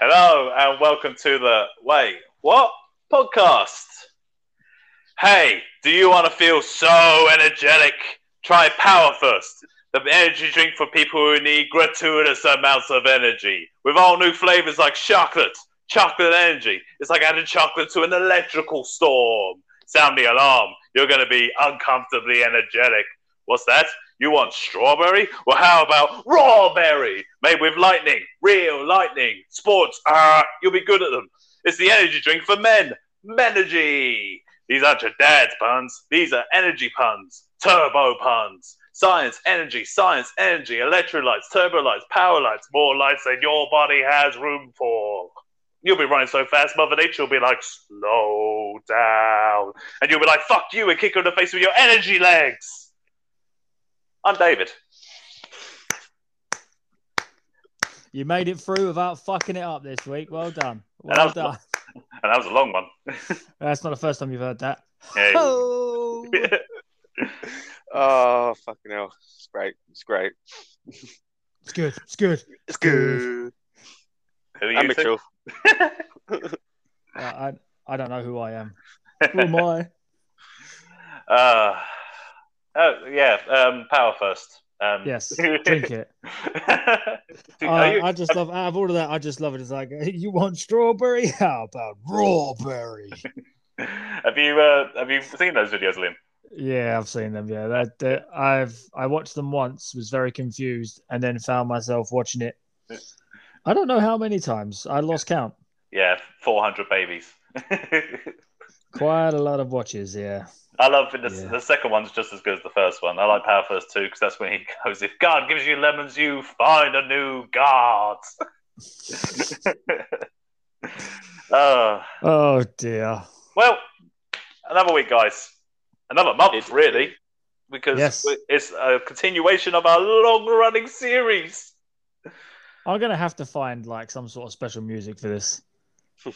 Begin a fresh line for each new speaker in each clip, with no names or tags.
Hello and welcome to the Wait What podcast. Hey, do you want to feel so energetic? Try Power First, the energy drink for people who need gratuitous amounts of energy, with all new flavors like chocolate, chocolate energy. It's like adding chocolate to an electrical storm. Sound the alarm. You're going to be uncomfortably energetic. What's that? You want strawberry? Well, how about raw berry? Made with lightning, real lightning, sports. Ah, you'll be good at them. It's the energy drink for men. Menergy. These aren't your dad's puns. These are energy puns, turbo puns. Science, energy, science, energy, electrolytes, turbo lights, power lights, more lights than your body has room for. You'll be running so fast, Mother Nature will be like, slow down. And you'll be like, fuck you, and kick her in the face with your energy legs. I'm David.
You made it through without fucking it up this week. Well done.
And
Well
that, was,
done.
and that was a long one.
That's not the first time you've heard that.
Hey.
Oh, oh fucking hell. It's great. It's great.
It's good. It's good.
It's
good.
good.
Who are
I'm
you two?
Mitchell.
I, I, I don't know who I am. Who am I?
Uh, oh, yeah. Um, power first. Um,
Yes. Drink it.
Dude,
Uh,
are you-
I just love out of all of that. I just love it. It's like you want strawberry? How about raw berry?
have you uh, have you seen those videos, Liam?
Yeah, I've seen them. Yeah, that, that- I've I watched them once, was very confused, and then found myself watching it. I don't know how many times. I lost count.
Yeah, four hundred babies.
Quite a lot of watches. Yeah.
I love the,
Yeah.
the second one's just as good as the first one. I like Power First too because that's when he goes, "If God gives you lemons, you find a new God." uh,
Oh dear.
Well, another week, guys. Another month,
It-
really, because
Yes.
we- it's a continuation of our long-running series.
I'm gonna have to find like some sort of special music for this. I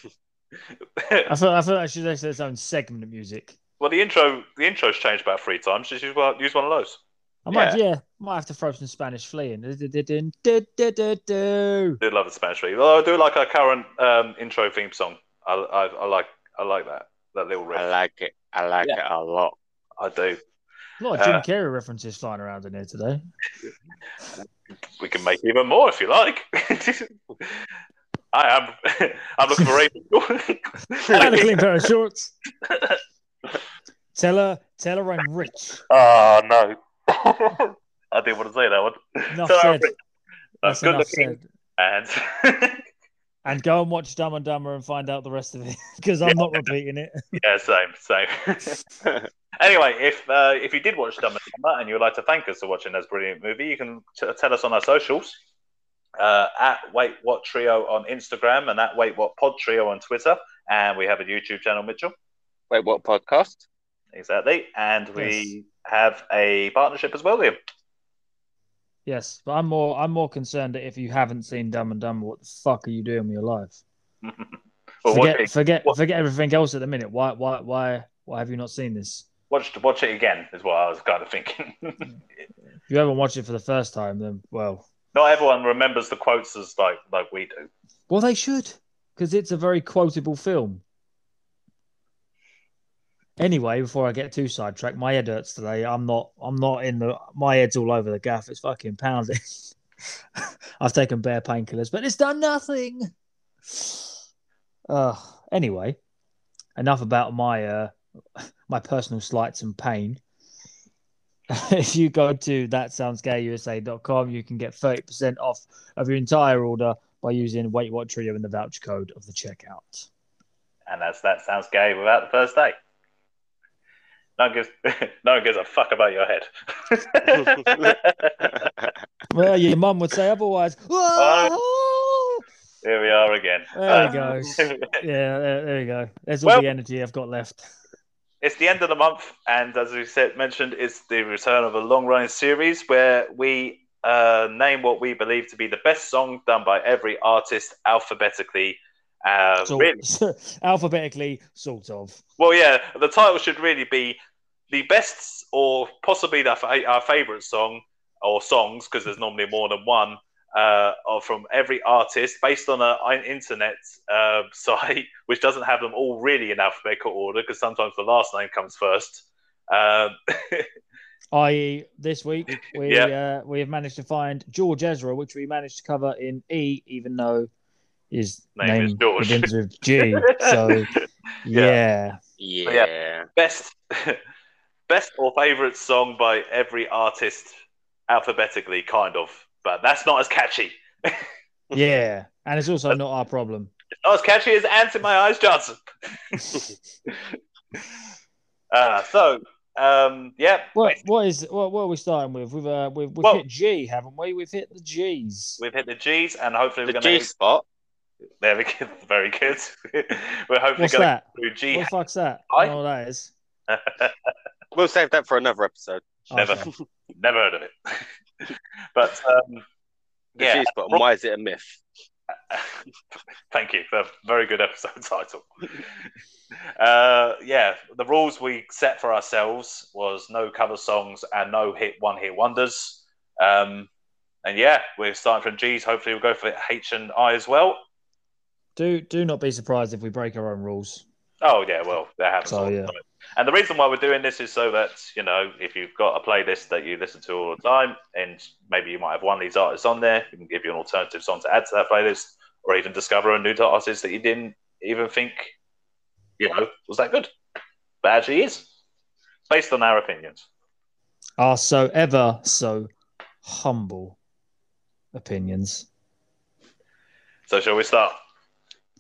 feel I feel like it should actually have its own segment of music.
well, the intro, the intro's changed about three times. Just use one, use one of those.
I might yeah, might have to throw some Spanish flea in. Du-du-du-du-du-du.
I do love the Spanish read, although I do like our current um, intro theme song. I, I, I like, I like that that little riff.
I like it. I like it a lot.
I do.
A lot of Jim
Uh,
Carrey references flying around in here today.
We can make even more if you like. I am. I'm looking for Rachel.
And a clean pair of shorts. tell her, tell her I'm rich.
oh no. I didn't want to say that one.
Enough
Tell her I'm
said.
rich.
That's
good
enough
looking.
said.
And
And go and watch Dumb and Dumber and find out the rest of it because I'm not repeating it.
yeah, same, same. anyway, if uh, if you did watch Dumb and Dumber and you would like to thank us for watching this brilliant movie, you can t- tell us on our socials uh, at Wait What Trio on Instagram and at Wait What Pod Trio on Twitter. And we have a YouTube channel, Mitchell.
Wait, what podcast?
Exactly. And we have a partnership as well, Liam.
Yes, but I'm more, I'm more concerned that if you haven't seen Dumb and Dumber, what the fuck are you doing with your life?
Well, watch,
forget,
it,
forget,
what-
forget everything else at the minute. Why, why, why, why have you not seen this?
watch, watch it again, is what I was kind of thinking.
If you haven't watched it for the first time, then well,
Not everyone remembers the quotes as like like we do.
well, they should because it's a very quotable film. Anyway, before I get too sidetracked, my head hurts today. I'm not, I'm not in the. My head's all over the gaff. It's fucking pounding. I've taken bare painkillers, but it's done nothing. Uh, anyway, enough about my uh, my personal slights and pain. if you go to thatsoundsgayusa.com, you can get 30% off of your entire order by using Wait What Trio in the voucher code of the checkout.
and that's that sounds gay without the first day. No one gives no one gives a fuck about your head.
Well, your mum would say otherwise. Whoa!
Here we are again.
There we
Uh,
go. Yeah, there, there you go. There's all
Well-
the energy I've got left.
it's the end of the month, and as we said mentioned, it's the return of a long running series where we uh, name what we believe to be the best song done by every artist alphabetically. Uh,
So,
really-
alphabetically, sort of.
Well, yeah, the title should really be the best or possibly the, our favorite song or songs because there's normally more than one uh, of- from every artist based on a- an internet uh, site, which doesn't have them all really in alphabetical order because sometimes the last name comes first. Um,
i.e., E, this week we
Yeah.
uh, we have managed to find George Ezra, which we managed to cover in E, even though his
Name is George.
begins with G. So yeah.
Yeah.
best, best or favorite song by every artist alphabetically, kind of, but that's not as catchy.
yeah, and it's also not our problem.
Not as catchy as Ants in My Eyes Johnson. uh, so, um, yeah,
What what is what, what are we starting with? We've uh, we've, we've
Well-
hit G, haven't we? We've hit the G's.
we've hit the G's, and hopefully we're
The
going
G
to.
spot.
There we go. Very good. we're hopefully
What's
going
that?
to do G.
What the fuck's that?
I-
I don't know what that is.
We'll save that for another episode.
Never.
Okay.
Never heard of it. but um,
The
Yeah.
G spot. And why is it a myth?
thank you for a very good episode title. uh, yeah, the rules we set for ourselves was no cover songs and no hit one hit wonders. Um, and yeah, we're starting from G's. Hopefully, we'll go for H and I as well.
Do do not be surprised if we break our own rules.
Oh yeah, well that happens. all
So,
the
yeah.
time. And the reason why we're doing this is so that you know if you've got a playlist that you listen to all the time, and maybe you might have one of these artists on there, we can give you an alternative song to add to that playlist, or even discover a new artist that you didn't even think you know was that good, but actually is, based on our opinions.
Are so ever so humble opinions.
So shall we start?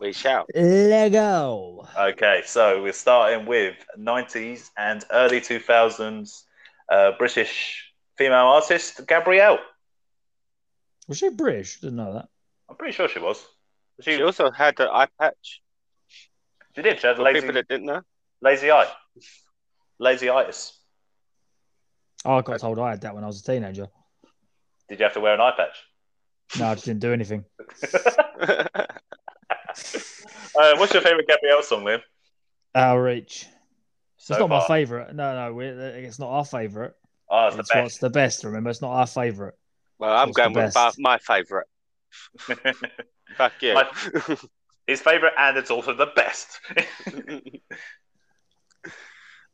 We shall.
Lego.
Okay, so we're starting with 90s and early 2000s uh, British female artist Gabrielle.
Was she British? Didn't know that.
I'm pretty sure she was.
She also had an eye patch.
She did. She had
For
lazy,
people that didn't know.
lazy eye. Lazy itis.
Oh, I got told I had that when I was a teenager.
Did you have to wear an eye patch?
No, I just didn't do anything.
Uh, what's your favourite Gabrielle song, Liam?
Outreach.
So
It's not my
far?
favorite. No, no, we it's not our favorite.
Oh, it's
It's,
the
what's the best. Remember, it's not our favorite.
well, I'm
What's
going
the
with my,
best?
my favourite.
best.
Fuck you.
His favourite, and it's also the best.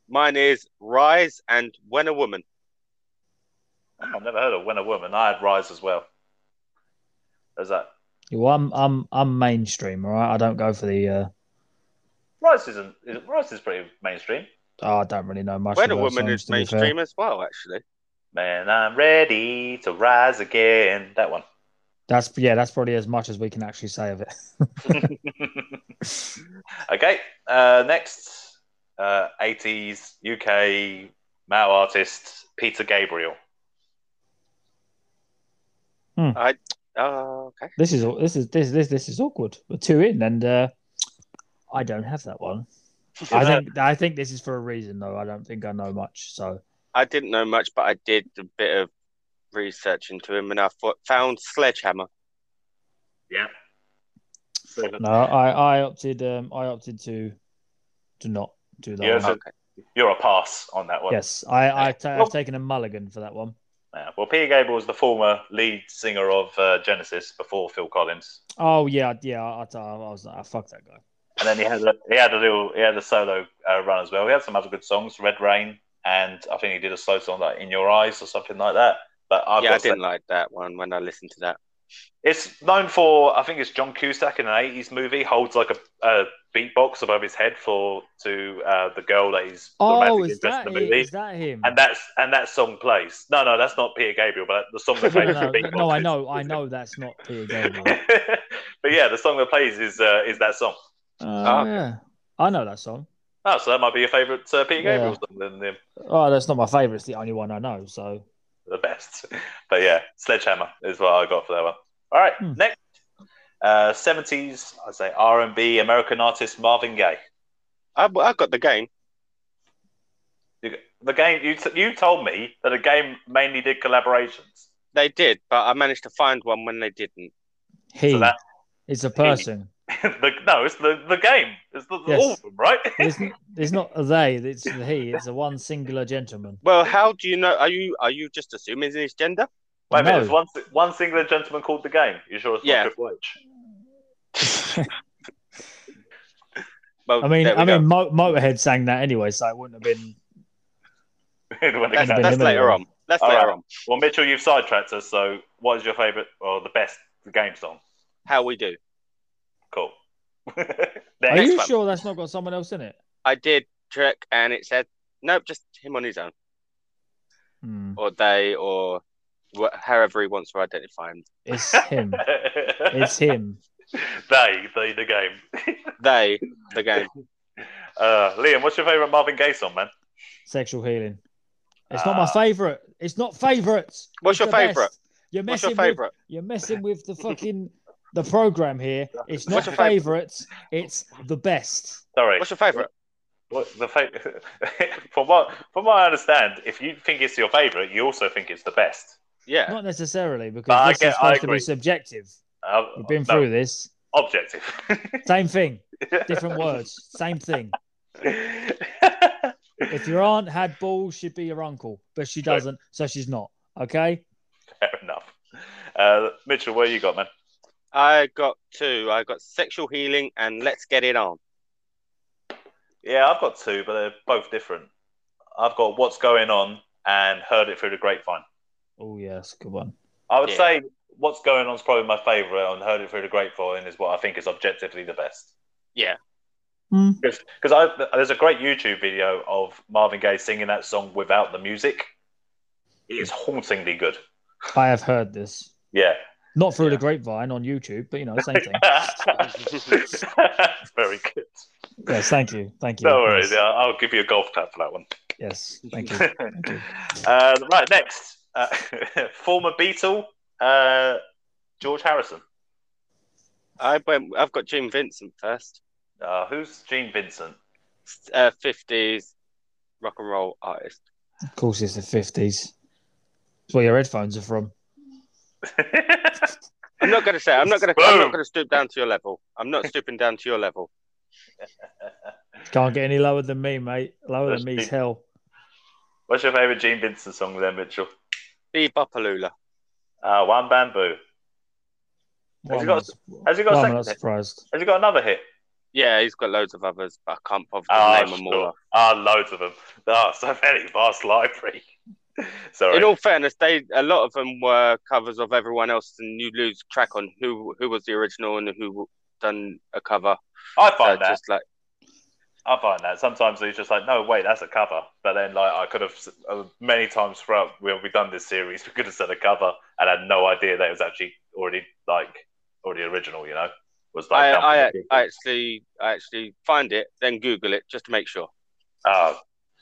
Mine is Rise and When a Woman.
I've never heard of When a Woman. I had Rise as well. There's that.
Well, I'm I'm I'm mainstream, all right? I don't go for the. uh
Rise isn't. Is, Rise is pretty mainstream.
Oh, I don't really know much.
when a
about
Woman
songs,
is
to be fair.
mainstream as well, actually.
Man, I'm ready to rise again. That one.
That's yeah. That's probably as much as we can actually say of it.
okay, uh, next uh, 80s UK male artist Peter Gabriel.
Oh, okay.
This is this is this this this is awkward. We're two in, and uh I don't have that one. I think I think this is for a reason, though. I don't think I know much. So
I didn't know much, but I did a bit of research into him and I fo- found Sledgehammer.
no, I I opted um I opted to to not do that.
Yeah,
one.
so- You're a pass on that one.
Yes, I I ta-
Well-
I've taken a mulligan for that one.
Yeah. Well, Peter Gabriel was the former lead singer of uh, Genesis before Phil Collins,
Oh yeah, yeah. I, I, I was like, I fuck that guy.
and then he had a, he had a little he had a solo uh, run as well. He had some other good songs, Red Rain, and I think he did a slow song like In Your Eyes or something like that. But I've
yeah,
got
I didn't like that one when I listened to that.
It's known for, I think it's John Cusack in an '80s movie holds like a, a beatbox above his head for to uh, the girl that he's
Oh,
romantic
is
interest
that
in
it?
the movie,
Is that him?
and that's and that song plays. No, no, that's not Peter Gabriel, but the song that
no,
plays is
no,
the beatbox.
no, I know, I know that's not Peter Gabriel.
but yeah, the song that plays is uh, is that song.
Uh, yeah. I know that song.
Oh, so that might be your favourite uh, Peter
Yeah.
Gabriel song, then the,
Oh, that's not my favorite. It's the only one I know. So
the best. But yeah, Sledgehammer is what I got for that one. All right,
Hmm.
next. Uh, 70s, I say R&B American artist Marvin Gaye.
I, I got the game.
You- The game you t- you told me that a game mainly did collaborations.
They did, but I managed to find one when they didn't.
he
So that-
is a person.
the, no, it's the, the game. It's the,
Yes.
all of them, right?
It's, it's not a they. It's a he. It's a one singular gentleman.
Well, how do you know? Are you are you just assuming his gender?
Wait a minute,
No.
there's one, one singular gentleman called the game. You sure it's
Yeah.
not Triple H?
Well,
I mean,
there we
I
go.
mean, Mo- Motorhead sang that anyway, so it wouldn't have been.
When it
that's,
comes-
been
that's
him
later
anyway.
on. That's
All
later
right.
on.
well, Mitchell, you've sidetracked us. So, what is your favourite or the best game song?
How we do.
Cool.
Are
Next.
you
one.
sure that's not got someone else in it?
I did check, and it said nope, just him on his own,
Hmm.
or they, or wh- however he wants to identify him.
It's him. it's him.
they, they, the game.
They, the game.
Uh, Liam, what's your favourite Marvin Gaye song, man?
Sexual healing. It's not my
Ah.
favorite. It's not favorite.
What's your favourite?
You're
What's
messing
your
with
favourite?
You're messing with the fucking the program here. It's not
What's
your
your favourite?
favourite. It's the best.
Sorry.
What's your favourite?
What, the fa- from what from what I understand, if you think it's your favourite, you also think it's the best.
Yeah.
Not necessarily because
But I
this
get-
is
I
supposed to be
agree.
subjective.
Uh,
We've been
no,
through this.
objective.
Same thing, different words, same thing. If
if
your aunt had balls, she'd be your uncle, but she
Sure.
doesn't, so she's not. Okay.
fair enough, uh, Mitchell, where you got, man?
I got two. I got sexual healing and let's get it on.
Yeah, I've got two, but they're both different. I've got what's going on and heard it through the grapevine.
Oh yeah, that's a good one.
I would
Yeah.
say what's going on is probably my favourite, and heard it through the grapevine is what I think is objectively the best.
Hmm.
Because there's a great YouTube video of Marvin Gaye singing that song without the music. It is hauntingly good.
I have heard this,
Yeah.
not through the
Yeah.
grapevine on YouTube, but you know, same thing.
Very good.
yes, thank you, thank you.
No worries.
Yes,
Yeah, I'll give you a golf clap for that one.
yes thank you. Thank you.
uh, right, next. Uh, former Beatle, uh, George Harrison.
I went. I've got Jim Vincent first. uh,
Uh, who's Gene Vincent?
Fifties rock and roll artist.
Of course, it's the fifties. That's where your headphones are from.
I'm not going to say. I'm not going to. I'm
Boom.
not going to stoop down to your level. I'm not stooping down to your level.
Can't get any lower than me, mate. Lower than
That's
me's
deep.
hell.
What's your favourite Gene Vincent song there, Mitchell?
The Bopalula.
Uh, One Bamboo.
Why
you
am
got-
I s-
Has he
why
got
am I
a
not
second hit?
surprised?
Has he got another hit?
Yeah, he's got loads of others, but I can't bother to
Ah,
name them all.
sure. Ah, loads of them. Ah, so many. Vast library. Sorry.
In all fairness, they a lot of them were covers of everyone else, and you lose track on who who was the original and who done a cover.
I
So
find that.
just like
I find that sometimes it's just like, no, wait, that's a cover. But then, like, I could have uh, many times throughout when we've done this series, we could have said a cover and had no idea that it was actually already like already original. You know, was like,
I,
done for
I,
the people.
I actually I actually find it, then Google it just to make sure.
Oh,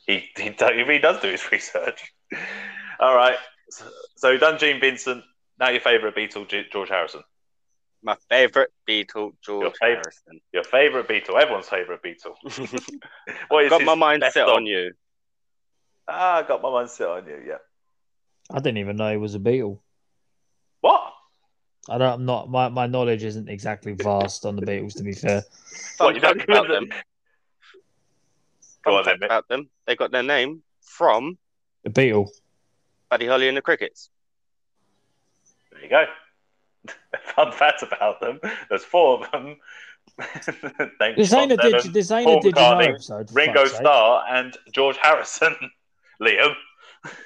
he he, do, he really does do his research. All right, so, so we've done Gene Vincent. Now your favorite Beatle, G- George Harrison.
My favorite Beatle, George
favourite. Your favorite Beatle, everyone's favorite Beatle.
Harrison.
What is
Got my
his
mind
best
set
song?
on you.
Ah, I got my mind set on you. Yeah.
I didn't even know he was a Beatle.
What?
I don't. I'm not. My, my knowledge isn't exactly vast on the Beatles, to be fair.
What,
Fun
you
fact
don't-
about them.
Go
Fun
on then,
fact
mate.
about them. They got their name from
The Beatle.
Buddy Holly and the Crickets.
There you go. Fun fact about them. There's four of them. Named
This
John
ain't a
Lennon,
did. This ain't
Paul
a did you know
McCartney,
episode. for
Ringo
fuck's sake.
Starr and George Harrison. Liam.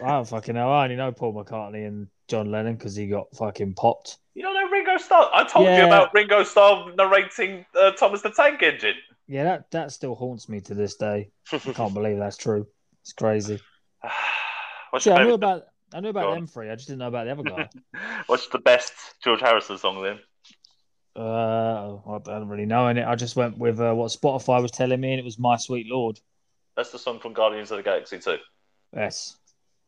I don't fucking know. I only know Paul McCartney and John Lennon because he got fucking popped.
You don't know Ringo Starr. I told you
Yeah.
about Ringo Starr narrating uh, Thomas the Tank Engine.
Yeah, that that still haunts me to this day. I can't believe that's true. It's crazy.
What's,
Yeah,
your
I knew
favorite,
about I knew
Go
about
on.
them three. I just didn't know about the other guy.
what's the best George Harrison song then?
Uh, I don't really know in it. I just went with uh, what Spotify was telling me, and it was "My Sweet Lord."
That's the song from Guardians of the Galaxy 2.
Yes,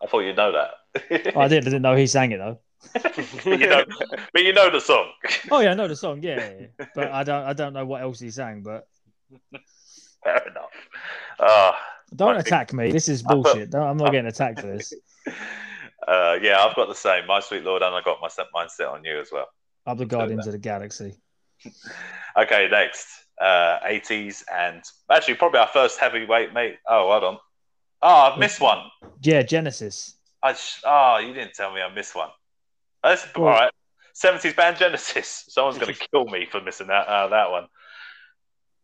I thought you'd know that.
Oh, I did. I didn't know he sang it though.
but, you know, but you know the song.
Oh yeah, I know the song. Yeah, yeah, yeah. but I don't. I don't know what else he sang. But
Fair enough. Ah.
don't
I think-
attack me. This is
I put-
bullshit. Don't, I'm not getting attacked for this.
Uh, yeah, I've got the same. My sweet lord, and I got my set mindset on you as well.
I'm the Guardians of the Galaxy.
Okay, next uh, 80s and actually probably our first heavyweight mate. Oh, hold on. Oh, I've missed one.
Yeah, Genesis.
I sh- oh, you didn't tell me I missed one. That's
Well-
all right. Seventies band Genesis. Someone's going to kill me for missing that uh, that one.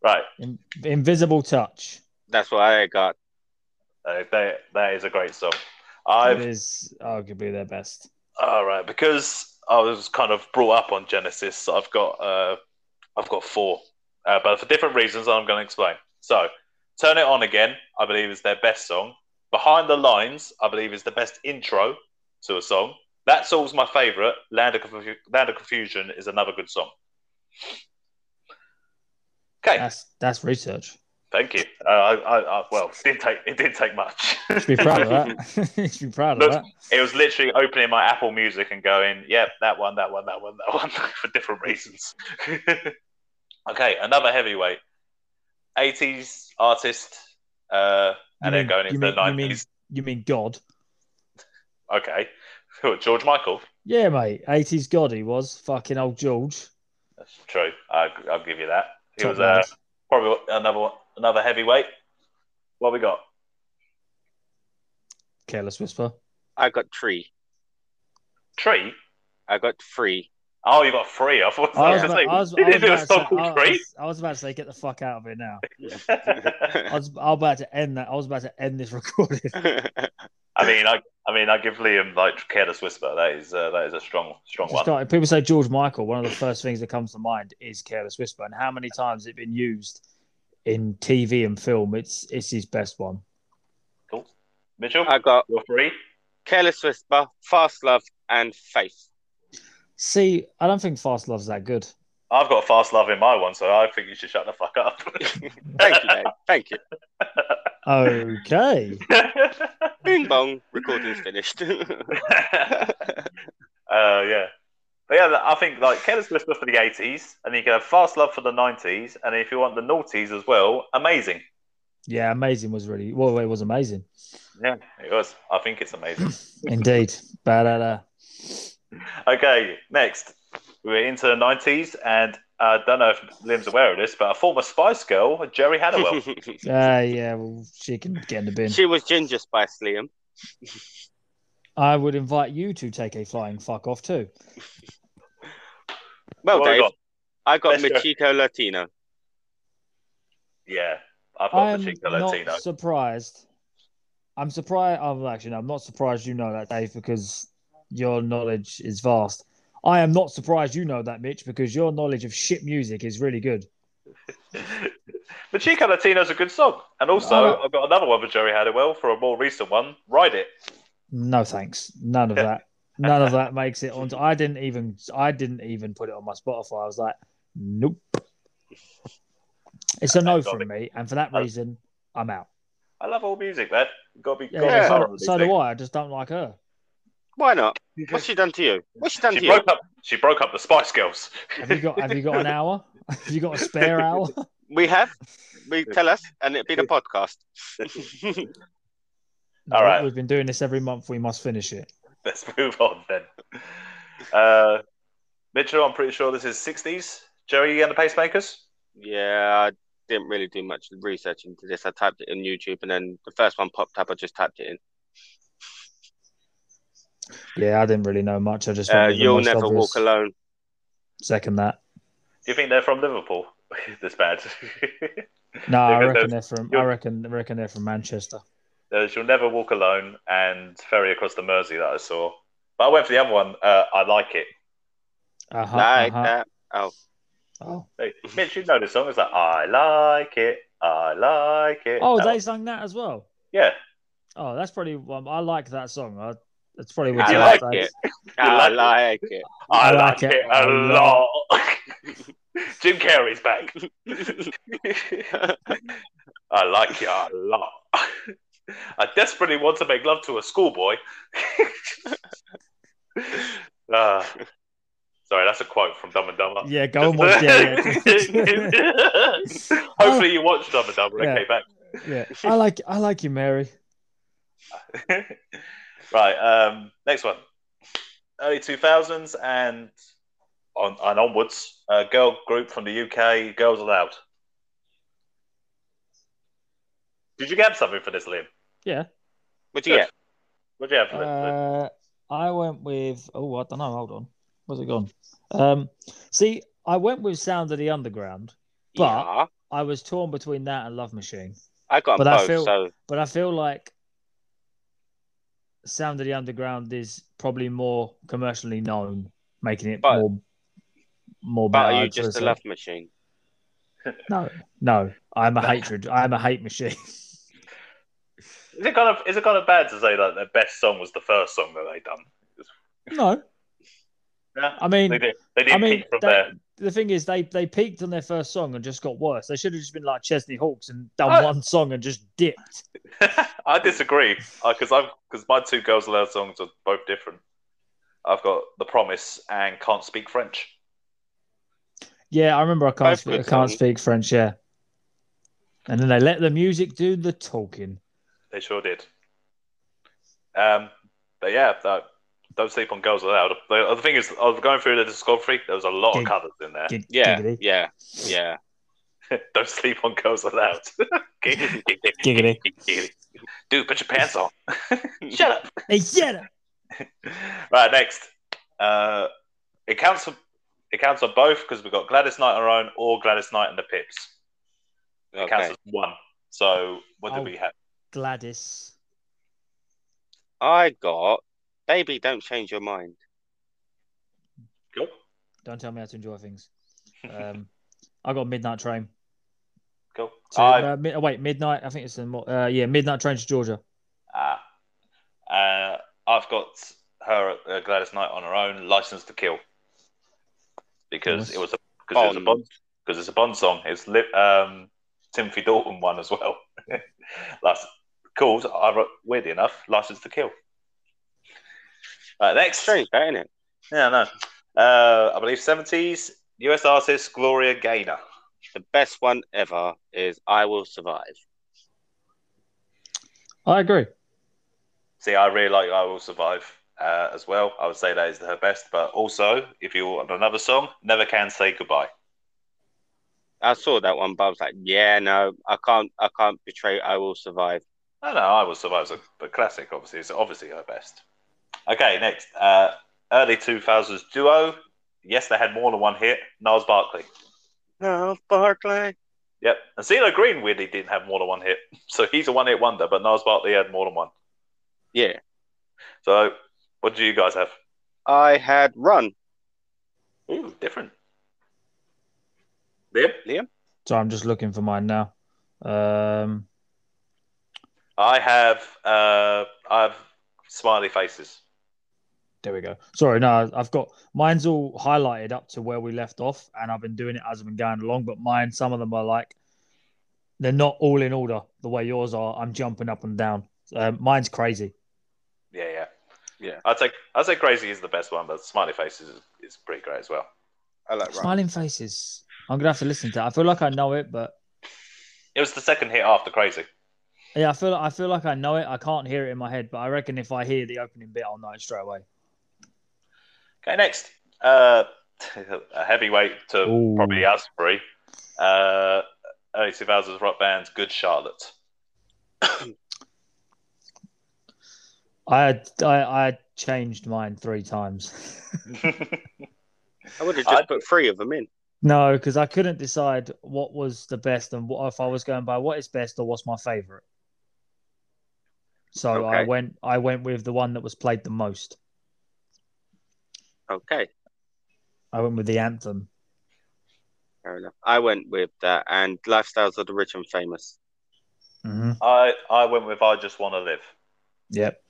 Right,
In- Invisible Touch.
That's what I got.
uh, they, that is a great song.
It
I've
is arguably their best.
all right because I was kind of brought up on Genesis. So I've got uh, I've got four, uh, but for different reasons I'm going to explain. So, "Turn It On Again" I believe is their best song. "Behind the Lines" I believe is the best intro to a song. That song's my favorite. "Land of, Confu- Land of Confusion" is another good song. Okay,
That's that's research.
Thank you. Uh, I, I, I, well, it didn't take it didn't take much.
Should be proud of that. Should be proud of
Look,
that.
it was literally opening my Apple Music and going, "Yep, that one, that one, that one, that one," for different reasons. okay, another heavyweight, '80s artist, uh, and then going into the
You mean,
'90s.
you mean God?
Okay, George Michael.
Yeah, mate. Eighties God he was. Fucking old George.
That's true. I, I'll give you that. He
Top
was
lad.
uh, probably another one- another heavyweight. What we got?
Careless Whisper.
I got three.
Tree.
I got three.
Oh, you got three. I thought I
I was
was
about-
like,
I was-
you
I was
didn't do a
about to
song
say-
called
I
Tree.
was- I was about to say, get the fuck out of here now. I
I
was, I was about to end that. I was about to end this recording.
Oh,
I mean, I, I mean, I give Liam like careless whisper. That is, uh, that is a strong, strong
Just
one.
like- people say George Michael. One of the first things that comes to mind is Careless Whisper, and how many times it's been used in TV and film. It's it's his best one.
Cool. Mitchell,
got
you're free.
Careless Whisper, Fast Love, and Faith.
See, I don't think Fast Love's that good.
I've got fast love in my one, so I think you should shut the fuck up.
Thank you, Dave. Thank you.
Okay,
Bing bong. Recording's finished.
uh, yeah. But yeah, I think like careless whisper for the '80s, and you can have fast love for the '90s, and if you want the noughties as well, amazing.
yeah, amazing was really well. It was amazing
Yeah, it was. I think it's amazing.
indeed. Ba-da-da.
Okay, next. We're into the 90s, and I don't know if Liam's aware of this, but a former Spice Girl, Jerry Hannawell.
Ah, yeah, well, she can get in the bin.
she was Ginger Spice, Liam.
I would invite you to take a flying fuck off too.
Well,
What we
Dave,
got?
I got
Let's go.
Machiko Latino.
Yeah, I've got
I'm
the Chico
not
Latino.
surprised. I'm surprised. I'm actually, no, I'm not surprised you know that, Dave, because your knowledge is vast. I am not surprised you know that, Mitch, because your knowledge of shit music is really good.
the Chico Latino's a good song. And also,
I don't-
I've got another one for Jerry Hannawell for a more recent one, Ride It.
No thanks. None of that. None of that makes it onto. I didn't even. I didn't even put it on my Spotify. I was like, nope. It's a no from me, and for that reason, I'm out.
I love all music, man. You've got to be, got
Yeah,
to be
Yeah.
thorough
so,
with these
so do
things.
I. I just don't like her.
Why not? What's she done to you? What's she done to
She
you?
broke, up, she broke up the Spice Girls.
Have you got? Have you got an hour? Have you got a spare hour?
We have. We tell us, and it'd be the podcast.
All right.
We've been doing this every month. We must finish it.
Let's move on then. Uh, Mitchell, I'm pretty sure this is 60s. Jerry and the Pacemakers?
yeah, I didn't really do much research into this. I typed it in YouTube, and then the first one popped up. I just typed it in.
Yeah, I didn't really know much. I just
Uh,
went with the
You'll
most
never
obvious.
walk alone.
Second that.
Do you think they're from Liverpool? this bad.
No, I
Because
reckon
there's-
they're from. I
you'll-
reckon. I reckon they're from Manchester.
There's You'll Never Walk Alone and Ferry Across the Mersey that I saw. But I went for the other one, uh, I Like It.
Uh-huh,
like
uh-huh.
that. Oh,
Oh,
Hey, Mitch, you know this song. It's like, I like it, I like it.
oh,
That
they
one.
sang that as well.
Yeah.
Oh, that's probably. Um, I like that song. I, that's probably.
I
one of
like
my faves.
I like it.
I, like, it, a lot. Jim Carrey's back. I like it a lot. I desperately want to make love to a schoolboy. Ah. sorry, that's a quote from Dumb and Dumber.
Yeah, go and watch. Yeah, yeah.
Hopefully, you watched Dumb and Dumber and
Yeah.
came back.
yeah. I like. I like you, Mary.
right. Um, next one. Early 2000s and on and onwards. A girl group from the UK, Girls Aloud. Did you get something for this, Liam?
Yeah.
Would you get?
What do you have for this?
Uh, I went with oh I don't know. Hold on, where's it gone? Um, see, I went with Sound of the Underground. But-
yeah,
I was torn between that and Love Machine,
I got 'em
but I
both.
feel-
So
but I feel like Sound of the Underground is probably more commercially known, making it
But-
more more
but
better,
are you
I'd sort of
just a
say.
love machine?
No, no, I'm a hatred. I'm a hate machine.
Is it kind of is it kind of bad to say that their best song was the first song that they done?
no,
Yeah,
I mean,
they did. They did
I mean,
peak from
that-
there.
the thing is, they they peaked on their first song and just got worse. They should have just been like Chesney Hawks and done
Oh.
one song and just dipped.
I disagree because I've because my two girls allowed songs are both different. I've got The Promise and Can't Speak French.
Yeah, I remember. I can't
Both
speak, I
good
can't
songs.
speak French. Yeah, and then they let the music do the talking.
They sure did. Um, but yeah, that, don't sleep on girls allowed. The, the thing is, I was going through the discography. There was a lot
Gig-
of covers in there.
Gig-
Yeah,
giggity,
yeah, yeah.
don't sleep on girls allowed.
giggity.
Dude, put your pants on. Shut up.
Hey, shut up.
Right, next. Uh, it counts for it counts on both because we've got Gladys Knight on her own or Gladys Knight and the Pips. It counts
Okay.
as one. So what do
Oh.
we have?
Gladys.
I got baby. Don't change your mind.
Cool.
Don't tell me how to enjoy things. Um, I got Midnight Train.
Cool.
To,
I-
uh, mid- oh, wait, Midnight. I think it's the more. Uh, yeah, Midnight Train to Georgia.
Ah. Uh, I've got her, uh, Gladys Knight, on her own, License to Kill, because
Nice.
it was a because it was a
Bond.
Bond because it's a Bond song. It's li- um, Timothy Dalton one as well. That's called I wrote, weirdly enough, License to Kill. Right, next,
Strange, that isn't it?
yeah, no, uh, I believe seventies U.S. artist Gloria Gaynor.
The best one ever is I Will Survive.
I agree.
See, I really like I Will Survive uh, as well. I would say that is her best, but also, if you want another song, Never Can Say Goodbye.
I saw that one, but I was like, yeah, no, I can't, I can't betray. I Will Survive.
No, no, I Will Survive is a, a classic, obviously. It's obviously her best. Okay, next. Uh, early 2000s duo. Yes, they had more than one hit. Niles Barkley.
No, Barclay.
Yep. And CeeLo Green weirdly didn't have more than one hit. So he's a one hit wonder, but Niles Barkley had more than one.
Yeah,
So what do you guys have?
I had Run.
Ooh, different. Yep.
So I'm just looking for mine now. Um,
I have uh, I have smiley faces.
there we go. Sorry, no, I've got mine's all highlighted up to where we left off, and I've been doing it as I've been going along. But mine, some of them are like they're not all in order the way yours are. I'm jumping up and down. Um, mine's crazy.
Yeah, yeah,
Yeah.
I'd say I'd say crazy is the best one, but smiley faces is, is pretty great as well.
I like Run.
Smiling faces. I'm gonna have to listen to. That. I feel like I know it, but
It was the second hit after crazy.
yeah, I feel I feel like I know it. I can't hear it in my head, but I reckon if I hear the opening bit, I'll know it straight away.
Okay, next, uh, a heavyweight to
Ooh.
probably us three. Uh, early two thousands rock band Good Charlotte.
I had I, I changed mine three times.
I would have
I-
just put three of them in.
no, because I couldn't decide what was the best and what if I was going by what is best or what's my favorite. So I
Okay.
went I went with the one that was played the most.
Okay,
I went with the anthem.
fair enough. I went with that and Lifestyles of the Rich and Famous.
Mm-hmm.
I I went with I Just Want to Live.
Yep.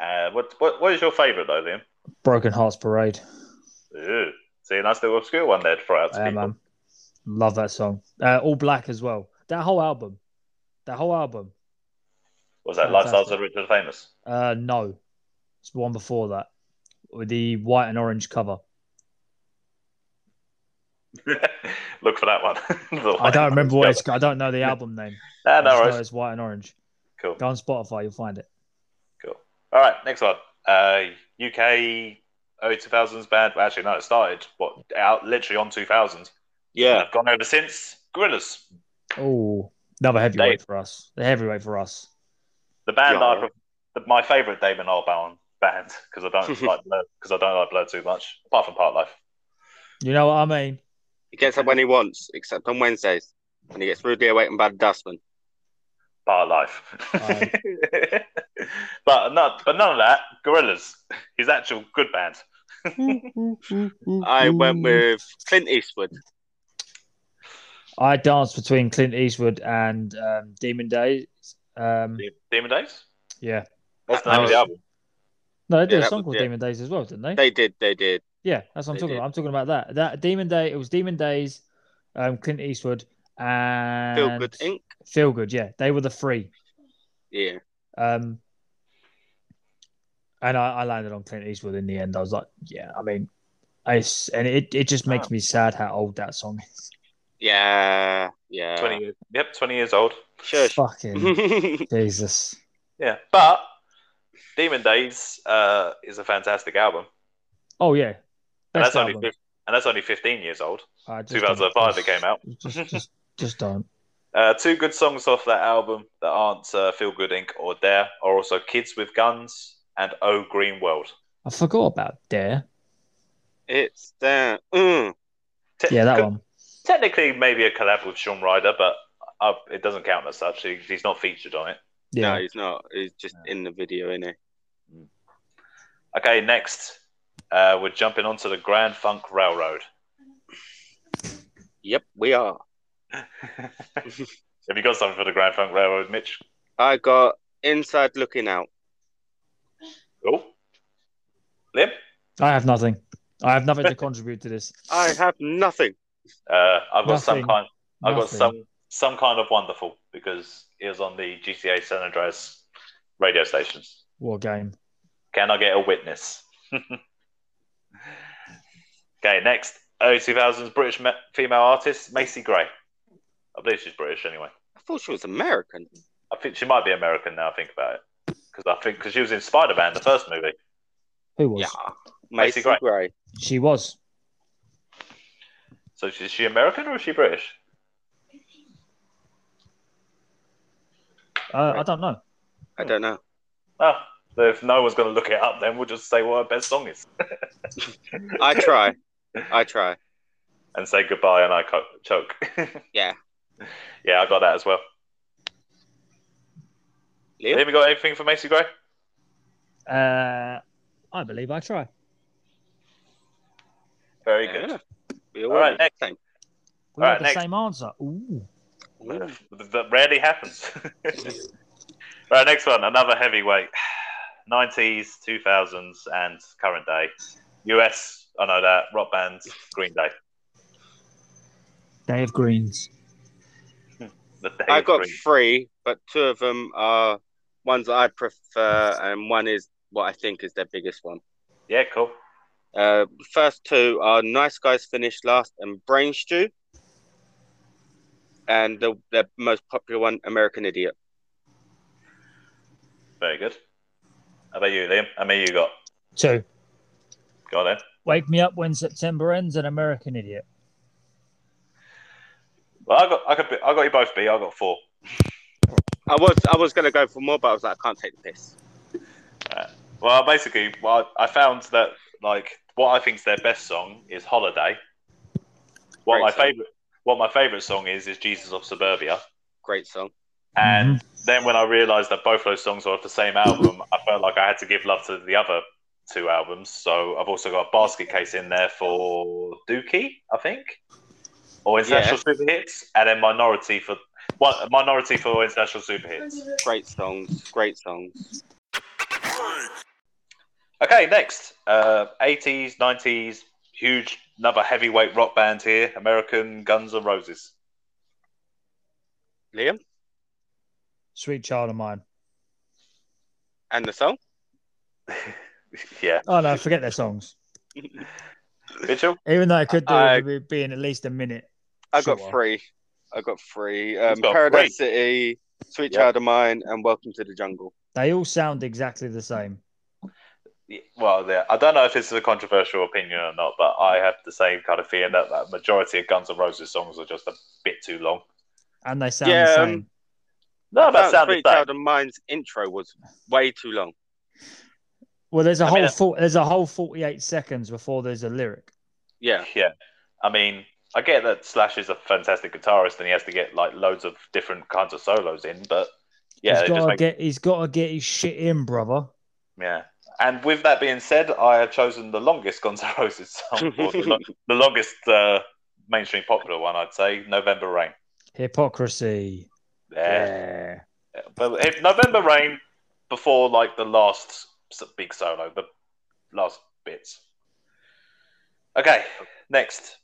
Uh, what, what what is your favourite though, Liam?
Broken Hearts Parade.
Ooh, see, a nice little obscure one there to throw out to
Yeah,
people.
man. Love that song. Uh, All Black as well. That whole album. That whole album.
Was that
Fantastic.
Lifestyles of Richard Famous?
Uh, no, it's the one before that with the white and orange cover.
Look for that one. The
I don't
one-
remember what it's. I don't know the album name.
Nah,
I
no
just know
worries.
it's white and orange.
Cool.
Go on Spotify, you'll find it.
Cool. All right, next one. Uh, oh, UK early 2000s band. Well, actually, no, it started what out literally on 2000s. And
Yeah,
I've gone over since Gorillaz.
Oh, another heavyweight for us. The heavyweight for us.
The band
Yeah.
I, pref- the, my favorite Damon Albarn banned because I don't like Blur because I don't like Blur too much, apart from Part Life.
You know what I mean?
He gets up when he wants, except on Wednesdays, when he gets rudely awakened by the dustman.
Part Life.
Aye.
but not, but none of that. Gorillas, his actual good band.
I went with Clint Eastwood.
I danced between Clint Eastwood and um, Demon Days. Um,
Demon Days.
yeah.
That's
The name of the album.
No, they did
Yeah,
a
that
song
was-
called
yeah.
Demon Days as well, didn't they?
They did, they did.
yeah, that's what I'm
they
talking
did.
about. I'm talking about that. That Demon Day. It was Demon Days, um, Clint Eastwood, and
Feel Good Inc.
Feel Good. Yeah, they were the three.
Yeah.
Um, and I, I landed on Clint Eastwood in the end. I was like, yeah, I mean, it's and it, it just makes me sad how old that song is.
Yeah. Yeah.
Twenty. years. Yep, twenty years old.
Shush.
Fucking Jesus.
Yeah, but Demon Days uh, is a fantastic album,
Oh yeah,
and
Best
that's only
album.
15, and that's only fifteen years old.
I just
Two thousand five, it
don't-
came out.
Just, just, just don't.
Uh, two good songs off that album that aren't uh, Feel Good Inc. or Dare are also Kids with Guns and Oh Green World.
I forgot about Dare.
it's there. Mm.
Te-
Yeah, that
co-
one.
Technically, maybe a collab with Sean Ryder, but uh, it doesn't count as such. He, he's not featured on it.
Yeah,
No, he's not. He's just in the video, isn't he?
Okay, next, uh, we're jumping onto the Grand Funk Railroad.
Yep, we are.
Have you got something for the Grand Funk Railroad, Mitch?
I got Inside Looking Out.
Cool. Lim?
I have nothing. I have nothing to contribute to this.
I have nothing.
Uh, I've got some
Nothing.
kind. I've got
Nothing.
some some kind of wonderful because it was on the GTA San Andreas radio stations.
What game?
Can I get a witness? okay, next early two thousands British ma- female artist Macy Gray. I believe she's British anyway.
I thought she was American.
I think she might be American now. I think about it because I think because she was in Spider Man the first movie.
Who was?
Yeah.
Macy
Macy
Gray.
Gray.
She was.
So is she American or is she British?
Uh, I don't know.
I don't know.
Oh, if no one's going to look it up, then we'll just say what her best song is
I try. I try.
and say goodbye and I co- choke.
Yeah.
Yeah, I got that as well.
Liam?
Have you got anything for Macy Gray?
Uh, I believe I try.
Very
Yeah.
good.
We all,
All right,
right, next time.
We
All
had
right,
the
next.
same answer. Ooh.
Ooh.
That- That rarely happens. right, next one. Another heavyweight. 90s, 2000s, and current day. US, I know that. Rock band, Green Day.
Day of Greens.
The day
I
of
got
Green.
three, but two of them are ones that I prefer, and one is what I think is their biggest one.
Yeah, cool.
Uh, first two are Nice Guys Finish Last and Brain Stew, and the, the most popular one, American Idiot.
Very good. How about you, Liam? How many you got?
Two.
Go on then.
Wake me up when September ends. An American idiot.
Well, I got, I, could be, I got you both, B. I got four.
I was I was gonna go for more, but I was like, I can't take the piss.
Well, basically, well, I found that like what I think's their best song is "Holiday." What
Great
my
song.
favorite, what my favorite song is, is "Jesus of Suburbia."
Great song.
And
Mm-hmm.
then when I realised that both those songs were off the same album, I felt like I had to give love to the other two albums. So I've also got Basket Case in there for Dookie, I think, or International Super Hits, and then Minority for one Minority for International Super Hits.
Great songs. Great songs.
Okay, next. Uh, 80s, 90s, huge, another heavyweight rock band here, American Guns N' Roses.
Liam
Sweet child of mine.
and the song.
yeah.
Oh no, forget their songs.
Mitchell?
Even though I could do
I-
it with being at least a minute.
I got
Sure.
three. I got three. Um,
got
Paradise City, Sweet
Yep.
Child of Mine, and Welcome to the Jungle.
They all sound exactly the same.
Well, yeah, I don't know if this is a controversial opinion or not, but I have the same kind of feeling that the majority of Guns N' Roses songs are just a bit too long.
And they sound
Yeah,
the
um,
same.
No,
I
that
found
sounds
Sweet
the same.
Child of Mine's intro was way too long.
Well, there's a
I
whole
mean, uh,
four, there's a whole 48 seconds before there's a lyric.
Yeah,
Yeah. I mean, I get that Slash is a fantastic guitarist and he has to get like loads of different kinds of solos in, but yeah,
he's
it just
got to
makes,
get he's got to get his shit in, brother.
yeah. And with that being said, I have chosen the longest Guns N' Roses song, or the, lo- the longest uh, mainstream popular one, I'd say, November Rain.
Hypocrisy.
Yeah. But if November Rain before like the last s- big solo, the last bits. Okay, next.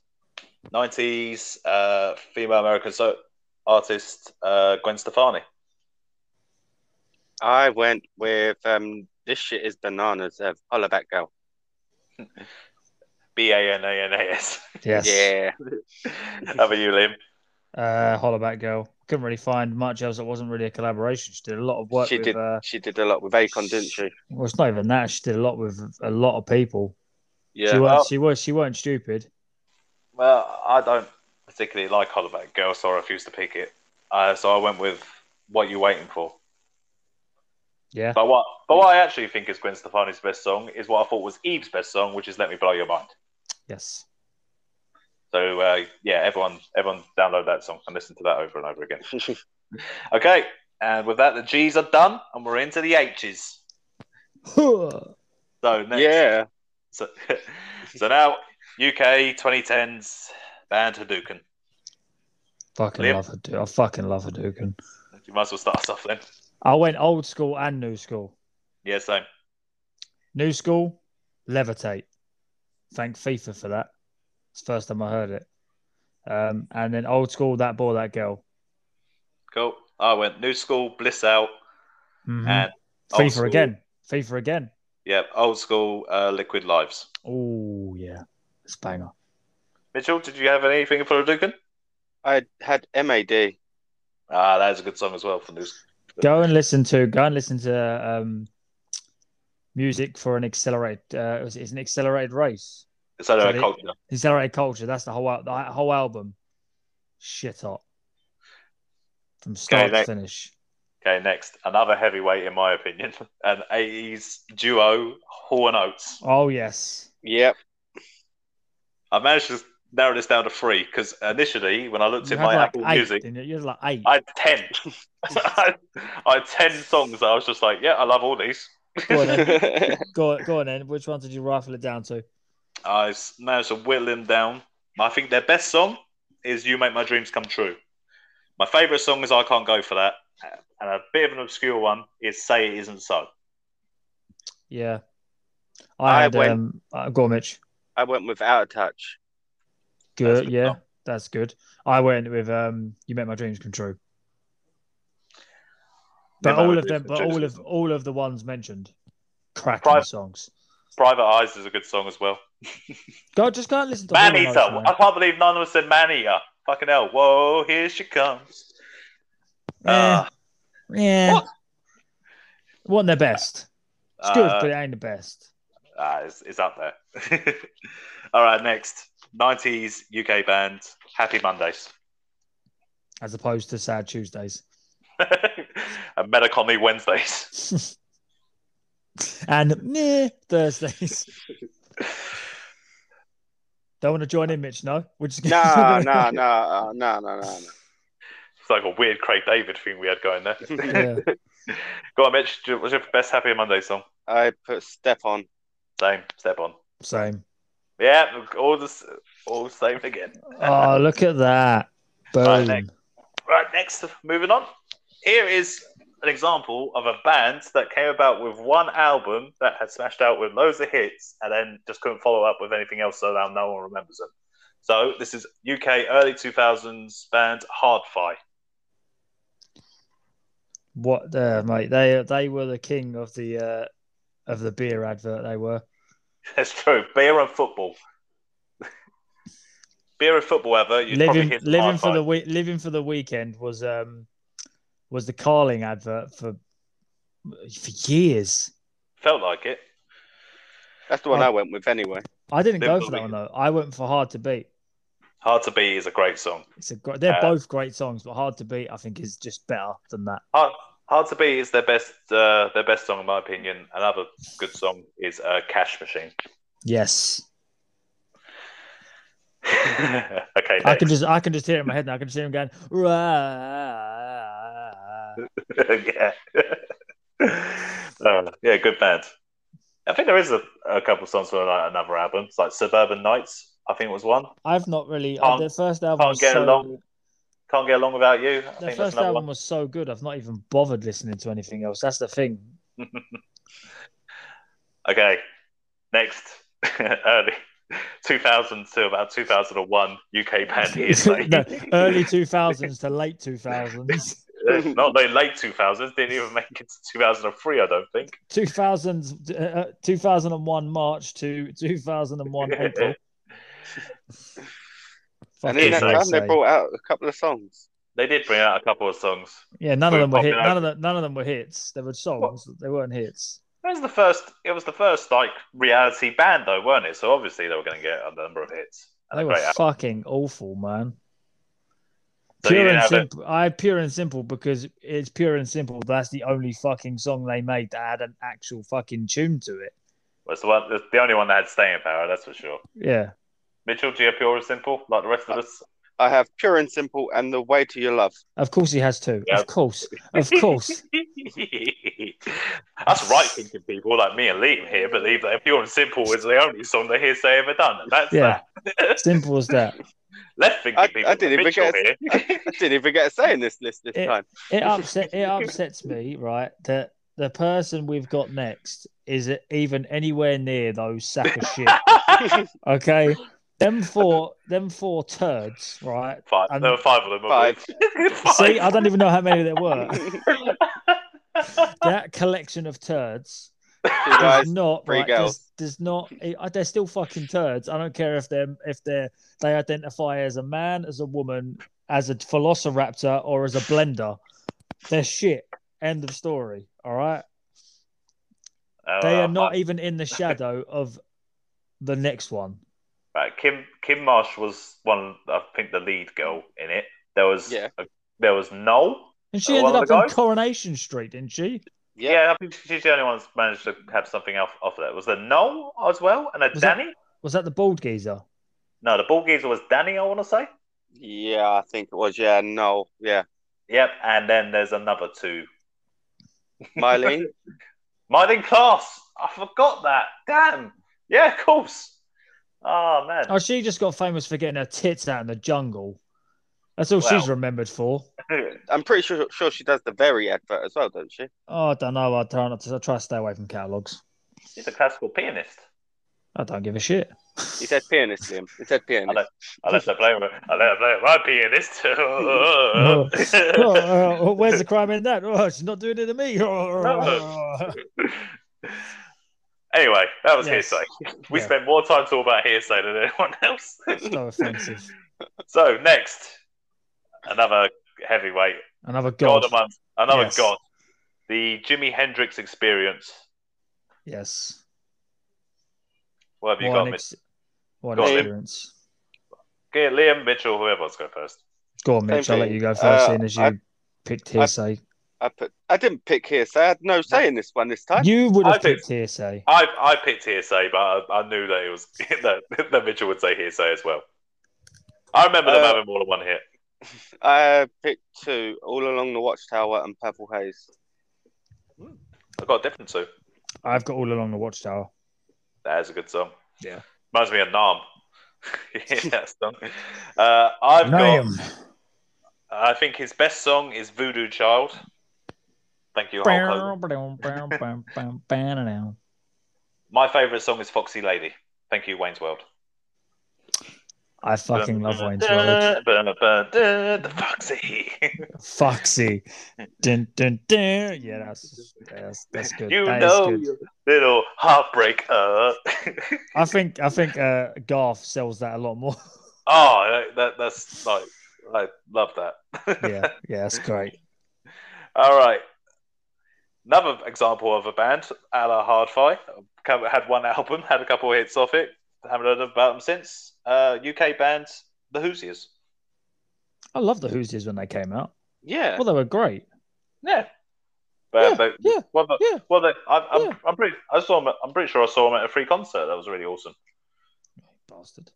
90s uh, female American so- artist uh, Gwen Stefani.
I went with um, this shit is bananas of Hollaback Girl.
B A N A N A S.
Yes.
Yeah,
How about you, Liam?
Uh, Hollaback Girl. Couldn't really find much else that wasn't really a collaboration. She did a lot of work
she
with.
did.
Uh,
She did a lot with Akon, didn't she?
well, it's not even that. She did a lot with a lot of people.
Yeah,
she weren't.
well-
she was. She weren't stupid.
Well, I don't particularly like Hollaback Girl, so I refused to pick it. Uh, so I went with What You Waiting For.
Yeah.
But what, but what I actually think is Gwen Stefani's best song is what I thought was Eve's best song, which is Let Me Blow Your Mind.
Yes.
So uh, yeah, everyone, everyone, download that song and listen to that over and over again. okay, and with that, the G's are done, and we're into the H's. So next,
yeah.
So, so now, UK 2010s band Hadouken.
fucking
Liam?
love Hadouken. I fucking love Hadouken.
You might as well start us off then.
I went old school and new school.
Yeah, same.
New school, levitate. Thank FIFA for that. It's the first time I heard it. Um, and then old school, that boy, that girl.
Cool. I went new school, bliss out,
Mhm.
and old
FIFA
school-
again. FIFA again.
yeah, old school uh, liquid lives.
Oh yeah, it's a banger.
Mitchell, did you have anything for Hadouken?
I had MAD.
Ah, that is a good song as well for new.
Go and listen to go and listen to um, music for an accelerated. Uh, it's- it's an accelerated race.
So
Is that
a
it?
culture.
Accelerated culture. That's the whole al- the whole album. Shit hot. From start
that-
to finish.
Okay, next. Another heavyweight, in my opinion. An 80s duo, Hall and Oates.
Oh yes.
Yep.
I managed to narrow this down to three because initially, when I looked
You
at
had
my
like
Apple
eight,
Music,
didn't you? You had like eight.
I had 10. I, I had 10 songs that I was just like, yeah, I love all these.
Go on, then. go, go on then. Which ones did you rifle it down to?
I s- managed to whittle them down. I think their best song is You Make My Dreams Come True. My favourite song is I Can't Go For That. And a bit of an obscure one is Say It Isn't So.
Yeah.
I
I had
went-
um uh, go on, Mitch.
I went with Out of Touch.
Good,
good.
yeah. That's good. I went with um You Make My Dreams Come True. But
Yeah,
all
no,
of them
it's-
but
it's-
all of all of the ones mentioned. Cracking
Private-
songs.
Private Eyes is a good song as well.
Go just go and listen to
Man
Hall and
Eater.
Oates, man.
I can't believe none of us said Man Eater. Fucking hell. Whoa, here she comes. Uh,
Yeah.
What?
Wasn't their best. It's good,
uh,
but it ain't the best.
ah, it's, it's up there. All right, next. 90s UK band, Happy Mondays.
As opposed to Sad Tuesdays.
and Metacomy Wednesdays.
and meh, Thursdays. Don't want to join in, Mitch. No, we're just
Nah, nah, nah, uh, nah, nah, nah. nah.
It's like a weird Craig David thing we had going there.
Yeah.
Go on, Mitch. do- What's your best Happy Monday song?
I put Step On.
Same. Step on.
Same.
Yeah, all the s- all the same again.
Oh, look at that! Boom.
Right, next. Right, next, moving on. Here is an example of a band that came about with one album that had smashed out with loads of hits and then just couldn't follow up with anything else, so now no one remembers them. So, this is UK early 2000s band Hard Fi.
What there, mate? They they were the king of the uh, of the beer advert. They were.
That's true. Beer and football. Beer and football, ever. You'd probably
living
hear some
living
Hard
for
Fi.
the week. Living for the weekend was um was the Carling advert for for years.
Felt like it.
That's the one
Oh.
I went with anyway.
I didn't
Live
go
for
for
the
that one though. I went for Hard to Beat.
Hard to Be is a great song.
It's a great, they're
Uh,
both great songs, but Hard to Beat I think is just better than that.
Hard, Hard to Beat is their best uh, their best song in my opinion. Another good song is uh, Cash Machine.
Yes.
okay,
I can
next.
just I can just hear it in my head now. I can just hear him going. "Rah."
yeah. Uh, yeah, good band. I think there is a, a couple songs from like another album, it's like Suburban Nights. I think was one.
I've not really.
Can't-
their first album.
Can't
was
get
so,
along. Can't get along without you. I
Their
think that's
first
another
album
one.
was so good. I've not even bothered listening to anything else. That's the thing.
Okay, next early 2000 to about 2001 UK band is like
No, early two thousands to late two thousands.
not the late 2000s. Didn't even make it to 2003, I don't think.
Two thousands. uh, Two thousand and one March to two thousand and one April.
And
Fucking
in that
Fucking
time, they
sake.
brought out a couple of songs.
They did bring out a couple of songs.
Yeah, none of
We're
them were hit.
popular.
None of them. None of them were hits. They were songs. They weren't hits.
It was the first. It was the first like reality band, though, weren't it? So obviously they were going to get a number of hits. And
They
a
were
great album.
fucking awful, man.
So you
pure
didn't
and
have it.
simple. I pure and simple because it's pure and simple. That's the only fucking song they made that had an actual fucking tune to it.
Was the one the- the only one that had staying power. That's for sure.
Yeah,
Mitchell, do you have pure and simple like the rest of us?
I have Pure and Simple and The Way to Your Love.
of course he has two.
Yeah.
Of course, of course.
That's right thinking people like me and Liam here believe that pure and simple is the only song they hear say ever done. That's
Yeah,
that.
simple as that.
Left thinking
I- I
people. like
didn't even
Mitchell
get-
here.
I didn't even get a say in this list this
It-
time.
It upset. It upsets me, right? That the person we've got next is even anywhere near those sack of shit. Okay, them four, them four turds, right?
Five.
And-
there were five of them. weren't
Five.
we? Five.
See, I don't even know how many there were. that collection of turds
Two guys,
does not
three
right, does, does not it- uh, they're still fucking turds i don't care if they're if they're they identify as a man as a woman as a velociraptor or as a blender they're shit end of story all right
Oh,
they
well,
are not
fine.
even in the shadow of the next one
Right, Uh, Kim Kim Marsh was one. I think the lead girl in it. There was
Yeah.
a- there was Noel.
and she
Uh, one
ended
of
up
the
on
guys?
coronation street didn't she
Yeah. I think she's the only one that's managed to have something off off of that. Was there Noel as well, and a
Was that-
Danny?
was that the bald geezer
No, the ball geezer was Danny. I want to say.
Yeah, I think it was. Yeah, no. Yeah.
Yep, and then there's another two.
Mylene.
Mining class. I forgot that. Damn. Yeah, of course. Oh man.
oh she just got famous for getting her tits out in the jungle that's all she's
Well.
remembered for
I'm pretty sure, sure she does the very advert as well, don't she?
Oh, I don't know. I try not to. I try to stay away from catalogs.
She's a classical pianist.
I don't give a shit.
He said pianist, Liam. He said pianist.
I I let her play with. I let her play with my pianist.
Oh, oh, oh, where's the crime in that? Oh, she's not doing it to me. Oh,
anyway, that was
Yes.
hearsay. We
Yeah.
spent more time talking about hearsay than anyone else.
so offensive.
so next, another heavyweight,
Another god.
god, among another
Yes.
god, the Jimi Hendrix Experience.
yes.
What have you
What
got,
an,
Mitch?
ex- what
Go
an
on, Liam.
experience.
Okay, Liam Mitchell, whoever wants to go first.
Go on,
Same
Mitch. I'll let
thing.
you go first,
Uh,
seeing as you
I-
picked hearsay.
I put. I didn't pick hearsay. I had no say in this one this time.
you would
I
have
picked-
picked hearsay.
I I picked hearsay, but I, I knew that it was that, that Mitchell would say hearsay as well. I remember them
Uh,
having more than one hit.
I picked two: All Along the Watchtower and Purple Haze.
I got a different two.
I've got all along the watchtower.
That is a good song.
Yeah.
Reminds me of Nam. yeah, that song. Uh, I've got. I think his best song is Voodoo Child. Thank you, Hulk Hogan.
Name.
My favourite song is Foxy Lady. Thank you, Wayne's World.
I fucking love Wayne's World.
The Foxy.
Foxy. dun, dun, dun. Yeah, that's that's, that's good.
You
That is
know
good.
your little heartbreak. Uh.
I think I think uh, Garth sells that a lot more.
oh, that, that's like I love that.
yeah, yeah, that's great.
All right. Another example of a band, a la Hardfi, come- had one album, had a couple of hits off it. Haven't heard about them since. Uh, UK band, The Hoosiers.
I love the Hoosiers when they came out.
Yeah.
Well, they were great.
Yeah. But,
Yeah,
but
yeah,
what the,
yeah.
what the, I, I'm,
Yeah.
I'm pretty I saw him at- I'm pretty sure I saw him at a free concert. That was really awesome.
Bastard.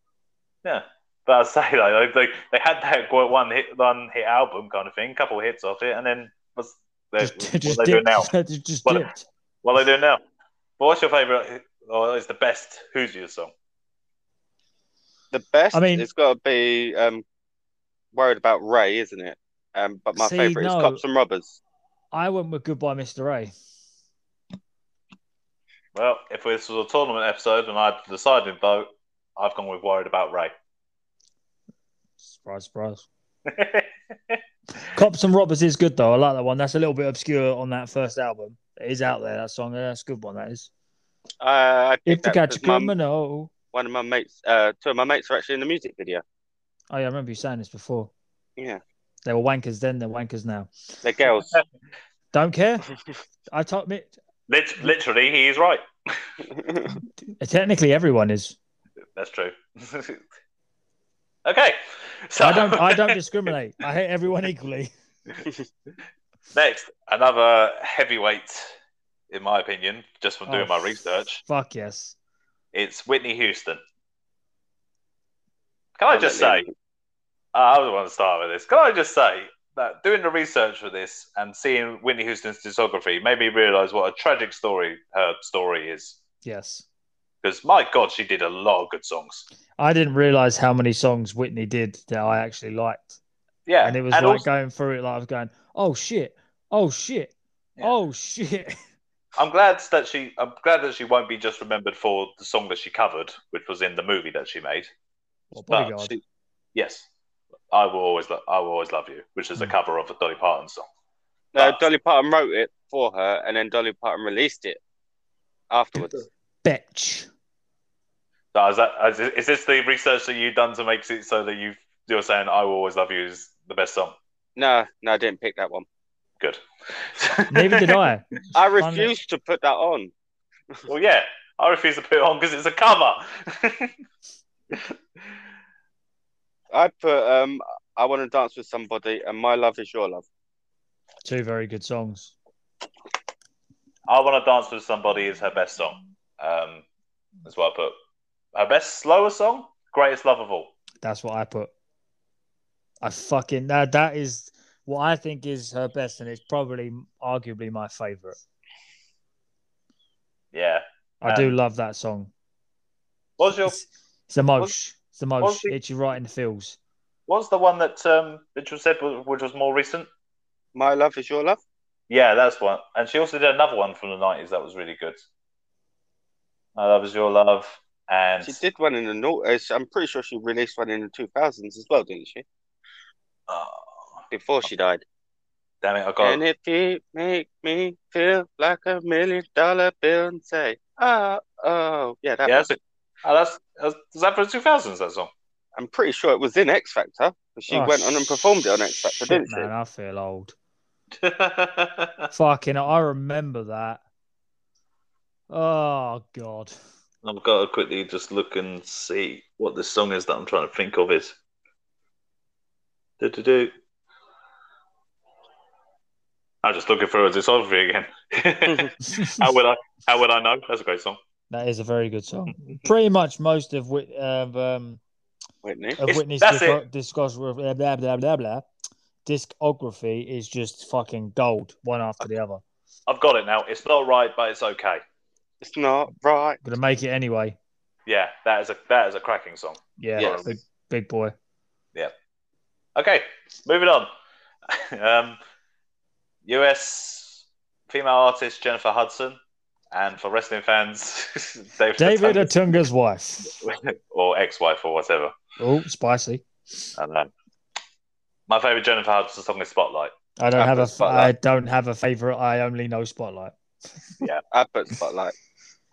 But I say like they, they, they had that quite one hit one hit album kind of thing, couple hits off it, and then what's they,
Just, just
what they do
dipped.
now?
just just
What-
dipped.
What they do now? But what's your favorite or is the best Who's You song?
The best
I mean-
it's got to be um, worried about Ray, isn't it? Um, but my
See,
favorite
no.
is Cops and Robbers.
I went with Goodbye, Mr. A.
Well, if this was a tournament episode and I'd decided vote, I've gone with worried about Ray.
Surprise, surprise. Cops and Robbers is good though. I like that one. That's a little bit obscure on that first album. It is out there. That song. Yeah, That's a good one. That is.
Uh, I
If
picked
the
that
catch a
because my-
criminal.
one of my mates, uh, two of my mates are actually in the music video.
Oh yeah, I remember you saying this before.
Yeah,
They were wankers then. They're wankers now.
they're girls.
Don't care. I told me.
Lit- literally, he is right.
Technically, everyone is.
That's true. okay. So
I don't. I don't discriminate. I hate everyone equally.
next, another heavyweight, in my opinion, just from doing
Oh,
my research.
Fuck yes.
It's Whitney Houston. Can I just say,
Definitely.
I was want to start with this. Can I just say that doing the research for this and seeing Whitney Houston's discography made me realise what a tragic story her story is.
Yes.
Because my God, she did a lot of good songs.
I didn't realize how many songs Whitney did that I actually liked,
Yeah,
and it was like
also-
going through it, like I was going, "Oh shit! Oh shit!
Yeah.
Oh shit!"
I'm glad that she. I'm glad that she won't be just remembered for the song that she covered, which was in the movie that she made.
Well,
But
bodyguard.
she- yes, I will always. Lo- I will always love you, which is a
Mm.
cover of a Dolly Parton song.
No, uh, Dolly Parton wrote it for her, and then Dolly Parton released it afterwards.
Bitch.
So is that is, is this the research that you've done to make it so that you you're saying I will always love you is the best song?
No, no, I didn't pick that one.
Good.
Neither did I.
I
Fun-
refused to put that on.
well, yeah, I refuse to put it on because it's a cover.
I put um, I want to dance with somebody, and my love is your love.
Two very good songs.
I want to dance with somebody is her best song. Um, that's what I put. Her best slower song, greatest love of all.
That's what I put. I fucking that that is what I think is her best, and it's probably arguably my favorite.
Yeah.
I do love that song.
What's your
It's, it's a mosh. It's a mosh.
what's the-
Hits you right in the feels.
What's the one that um Mitchell said wa- which was more recent?
My love is your love.
Yeah, that's one. And she also did another one from the nineties that was really good. My love is your love, and
She did one in the noughties. I'm pretty sure she released one in the 2000s as well, didn't she?
Oh,
Before she died.
damn it, I got
And if you make me feel like a million dollar bill and say, oh, oh, yeah, that
yeah.
was
That's, oh, that's, that's is that from two thousands? That song.
I'm pretty sure it was in X Factor. but She
Oh,
went on and performed it on X Factor,
shit,
didn't she?
Man, I feel old.
oh
Fucking, I remember that. Oh god,
I've got to quickly just look and see what this song is that I'm trying to think of. Is do do do. I'm just looking through his discography again. how would I? How would I know? That's a great song.
that is a very good song. Pretty much most of Whit- of, um,
Whitney.
of
It's-
Whitney's
that's
disco- discography, blah, blah, blah, blah, blah. discography is just fucking gold, one after the other.
I've got it now. It's not right, but it's okay.
It's not right.
Gonna make it anyway.
Yeah, that is a that is a cracking song.
Yeah,
Yes.
big, big boy.
Okay, moving on. um, U.S. female artist Jennifer Hudson, and for wrestling fans, David,
David
Otunga-
Otunga's wife.
or ex-wife or whatever.
Oh, spicy.
I don't know. um, My favorite Jennifer Hudson song is Spotlight.
I don't
I
have a.
put
f- I
Spotlight.
don't have a favorite. I only know Spotlight.
I put Spotlight.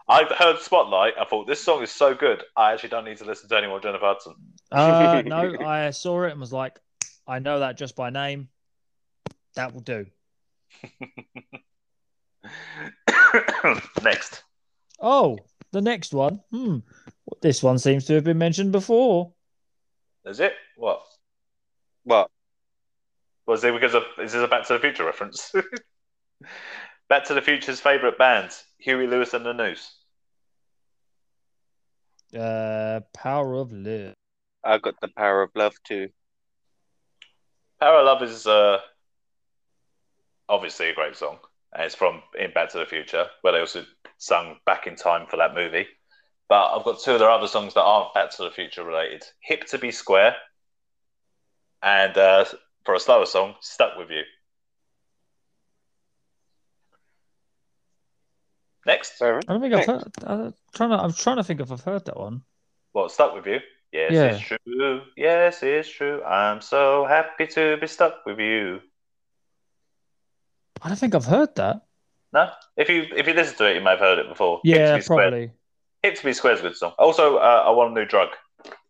I heard Spotlight. I thought this song is so good. I actually don't need to listen to any more Jennifer Hudson.
Uh, no, I saw it and was like, I know that just by name. That will do.
Next,
Oh, the next one. Hmm. This one seems to have been mentioned before.
is it? What
What?
was it? Because of is this a Back to the Future reference? Back to the Future's favorite bands: Huey Lewis and the News.
Uh, Power of Love.
I got the power of love too.
Power of Love is uh, obviously a great song, and it's from in Back to the Future, where they also sung "Back in Time" for that movie. But I've got two of their other songs that aren't Back to the Future related: "Hip to Be Square" and uh, for a slower song, "Stuck with You." Next,
Fair enough.
I don't think I've heard. I'm trying to. I'm trying to think if I've heard that one.
Well, stuck with you. Yes,
Yeah.
it's true. Yes, it's true. I'm so happy to be stuck with you.
I don't think I've heard that.
No, if you if you listen to it, you may have heard it before.
Yeah,
Hip to be Square.
probably.
Hip to be Square's a good song. Also, uh, I want a new drug.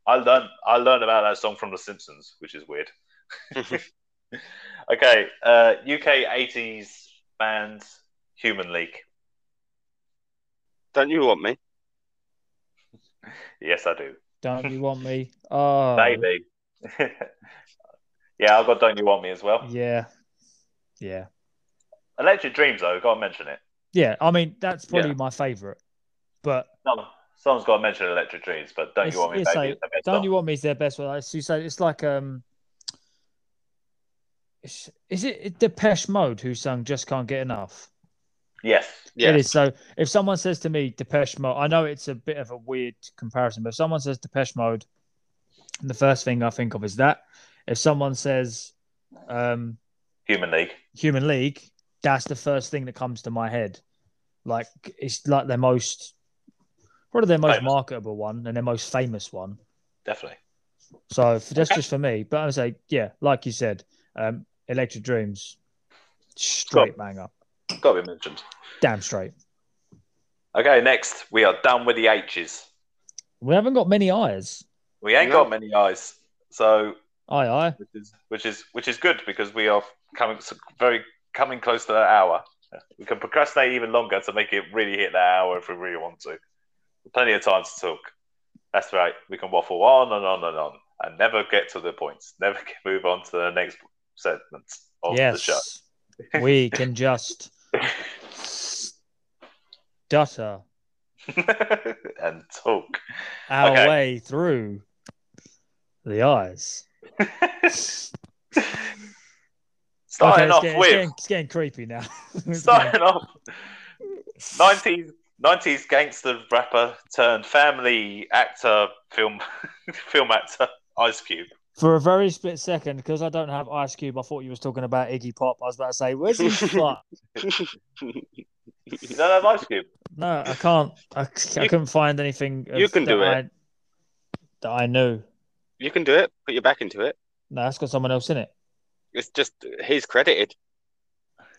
I learned I learned about that song from The Simpsons, which is weird. okay, uh, UK eighties band Human League.
Don't you want me?
Yes, I do.
Don't you want me? Oh,
Maybe. yeah, I've got Don't You Want Me as well.
yeah, yeah,
Electric Dreams though, gotta mention it.
yeah. I mean, that's probably
Yeah.
my favorite. But
Some, someone's got to mention Electric Dreams, but don't
It's-
you want me,
it's
baby?
like,
it's the best
Don't
song.
You Want Me is their best one. As you say, it's like um, it's, is it Depeche Mode who sung "Just Can't Get Enough"?
Yes.
Yeah.
It is. So if someone says to me Depeche Mode, I know it's a bit of a weird comparison, but if someone says Depeche Mode, the first thing I think of is that. If someone says um,
Human League.
Human League, that's the first thing that comes to my head. Like it's like their most, probably their most
Famous.
marketable one and their most famous one.
Definitely.
So f that's just for me. But I would say, yeah, like you said, um, Electric Dreams, straight banger,
Got to be mentioned.
damn straight.
Okay, next. We are done with the H's.
We haven't got many eyes.
We ain't
No.
got many I's. So,
Aye, aye.
which is, which is which is good because we are coming s- very coming close to that hour. We can procrastinate even longer to make it really hit that hour if we really want to. Plenty of time to talk. That's right. We can waffle on and on and on and never get to the points. Never get, move on to the next segment of the show.
yes, we can just stutter
and talk.
our
Okay.
way through the eyes.
Starting
it's
off
getting,
with
it's getting, it's getting creepy now. It's
starting off nineties nineties gangster rapper turned family actor film film actor Ice Cube.
For a very split second, because I don't have Ice Cube, I thought you was talking about Iggy Pop. I was about to say, "Where's he from?"
You don't have Ice Cube.
No, I can't. I, c- I
You-
couldn't find anything.
you can do it.
I, that I knew.
You can do it. Put your back into it.
No, that's got someone else in it.
It's just he's credited.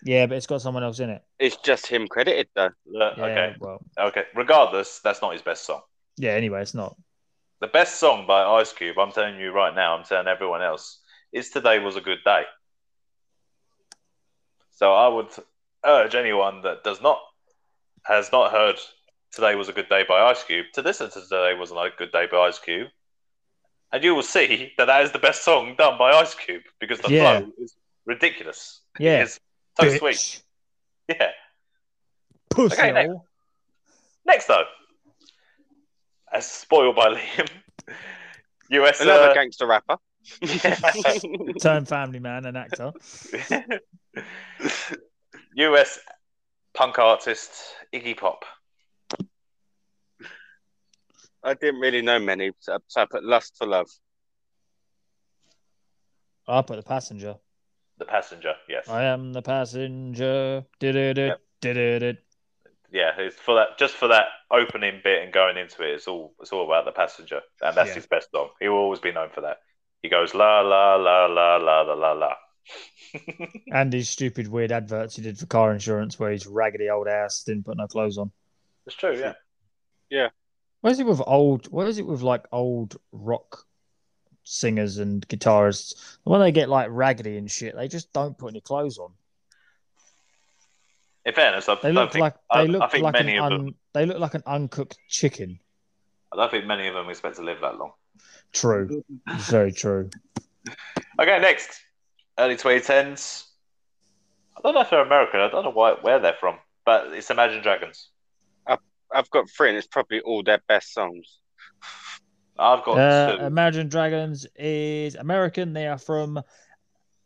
Yeah, but it's got someone else in it.
It's just him credited though.
Look,
Yeah,
Uh, Okay,
Well,
okay. Regardless, that's not his best song.
yeah. Anyway, it's not.
The best song by Ice Cube, I'm telling you right now, I'm telling everyone else, is Today Was a Good Day. So I would urge anyone that does not has not heard Today Was a Good Day by Ice Cube to listen to Today Was a Good Day by Ice Cube. And you will see that that is the best song done by Ice Cube because the
Yeah.
flow is ridiculous.
Yeah.
It's so
Bitch.
sweet. Yeah.
Pussy.
Okay, next.
hole.
Next though. As spoiled by Liam. US
Another
uh,
gangster rapper.
Turn family man and actor.
US punk artist Iggy Pop.
I didn't really know many, so so I put lust for love.
I put the passenger.
The passenger, yes.
I am the passenger. Did it.
Yeah, it's for that just for that opening bit and going into it, it's all it's all about the passenger. And that's
Yeah.
his best song. He will always be known for that. He goes la la la la la la la la.
And these stupid weird adverts he did for car insurance, where he's raggedy old ass, didn't put no clothes on.
It's true, yeah.
What is it with old? What is it with like old rock singers and guitarists? When they get like raggedy and shit, they just don't put any clothes on.
In fairness, I,
They
don't
look
think,
like
I-
they
I
look
think
like
many
an
of them-
un, they look like an uncooked chicken.
I don't think many of them expect to live that long.
True, It's very true.
Okay, next. Early 2010s. don't know if they're American. I don't know why, where they're from, but it's Imagine Dragons.
I've got three, and it's probably all their best songs.
I've got
Uh,
two.
Imagine Dragons is American. They are from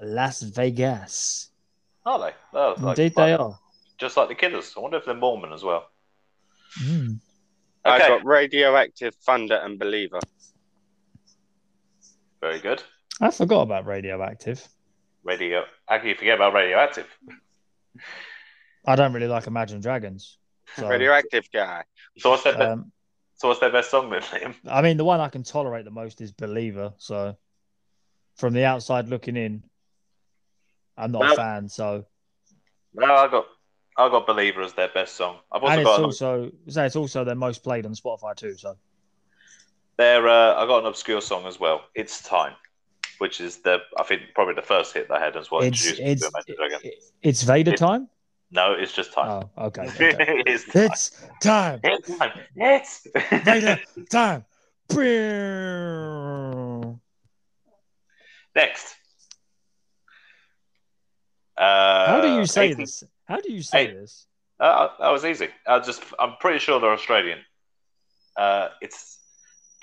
Las Vegas.
Are they? They're like-
Indeed, they are.
Just like the Killers. I wonder if they're Mormon as well.
Mm.
Okay.
I've got Radioactive, Thunder, and Believer.
Very good.
I forgot about Radioactive.
Radio. How can you forget about Radioactive?
I don't really like Imagine Dragons. So,
Radioactive guy.
So what's their best,
um,
so what's their best song then, Liam?
I mean, the one I can tolerate the most is Believer. So, from the outside looking in, I'm not
Well-
a fan. So,
No, I got I got Believer as their best song. I've also
and it's
got an-
also so it's also their most played on Spotify too. So,
their uh, I got an obscure song as well. It's time, which is the I think probably the first hit they had as well.
it's
introduced
it's
to Imagine Dragon.
it- it's Vader
It-
time.
No, it's just time.
Oh, okay. okay.
it's time. It's
it's time,
time. It's
Vader time. Pew.
next. Uh,
How do you say
18
this? How do you say
Hey.
this?
Uh, that was easy. I just, I'm pretty sure they're Australian. Uh, it's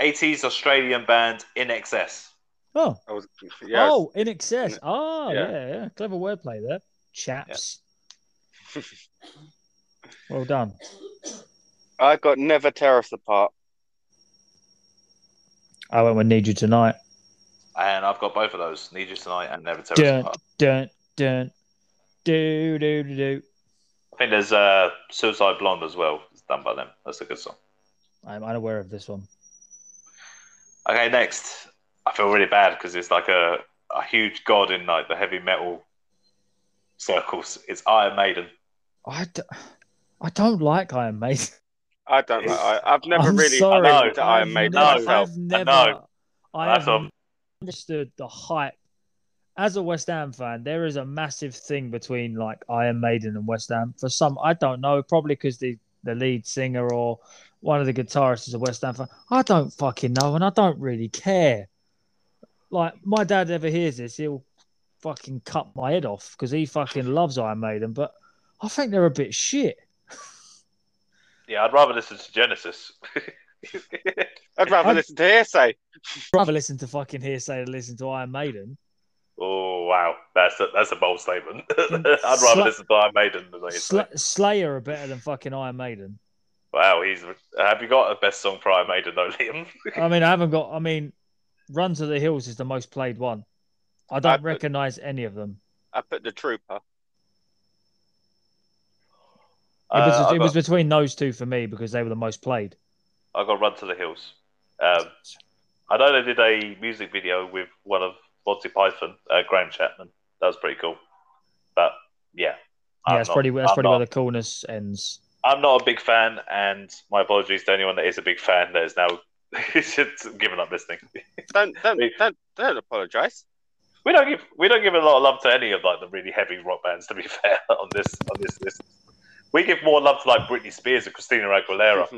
80s Australian band In Excess.
Oh,
I was, yeah,
oh, in excess. Oh, yeah,
Yeah.
yeah, Clever wordplay there, chaps. well done.
I got Never Tear Us Apart.
I went with Need You Tonight.
And I've got both of those Need You Tonight and Never Tear
Dun,
Us Apart.
dun, dun. Do, do, do, do.
I think there's uh, Suicide Blonde as well. It's done by them. That's a good song.
I'm unaware of this one.
Okay, next. I feel really bad because it's like a, a huge god in like the heavy metal circles. It's Iron Maiden.
I, d- I don't like Iron Maiden.
I don't know. I, I've never
I'm
really
sorry.
No,
listened to Iron
I've
Maiden
no.
never-
myself.
I've never.
know.
I
That's
have
all.
never understood the hype. As a West Ham fan, there is a massive thing between like Iron Maiden and West Ham. For some, I don't know, probably because the the lead singer or one of the guitarists is a West Ham fan. I don't fucking know, and I don't really care. Like my dad ever hears this, he'll fucking cut my head off because he fucking loves Iron Maiden. But I think they're a bit shit.
Yeah, I'd rather listen to Genesis.
I'd rather
I've-
listen to Hearsay.
Rather listen to fucking hearsay than listen to Iron Maiden.
oh, wow. That's a, that's a bold statement. I'd rather
Sla-
listen to Iron Maiden than Hearsay.
Sl- Slayer are better than fucking Iron Maiden.
Wow, he's. Have you got a best song for Iron Maiden, though, Liam?
I mean, I haven't got. I mean, Run to the Hills is the most played one. I don't
Uh,
I-
recognize any of them.
I put the Trooper.
It, was,
Uh,
it
I,
was
got,
between those two for me because they were the most played.
I got Run to the Hills. Um, I know they did a music video with one of Monty Python, uh, Graham Chapman. That was pretty cool. But yeah,
yeah,
I'm
that's
not-
probably that's
I'm
probably
not,
where the coolness ends.
I'm not a big fan, and my apologies to anyone that is a big fan that is now given up listening.
Don't don't
Wait.
don't don't apologise.
We don't give we don't give a lot of love to any of like the really heavy rock bands. To be fair, on this on this list, we give more love to like Britney Spears and Christina Aguilera.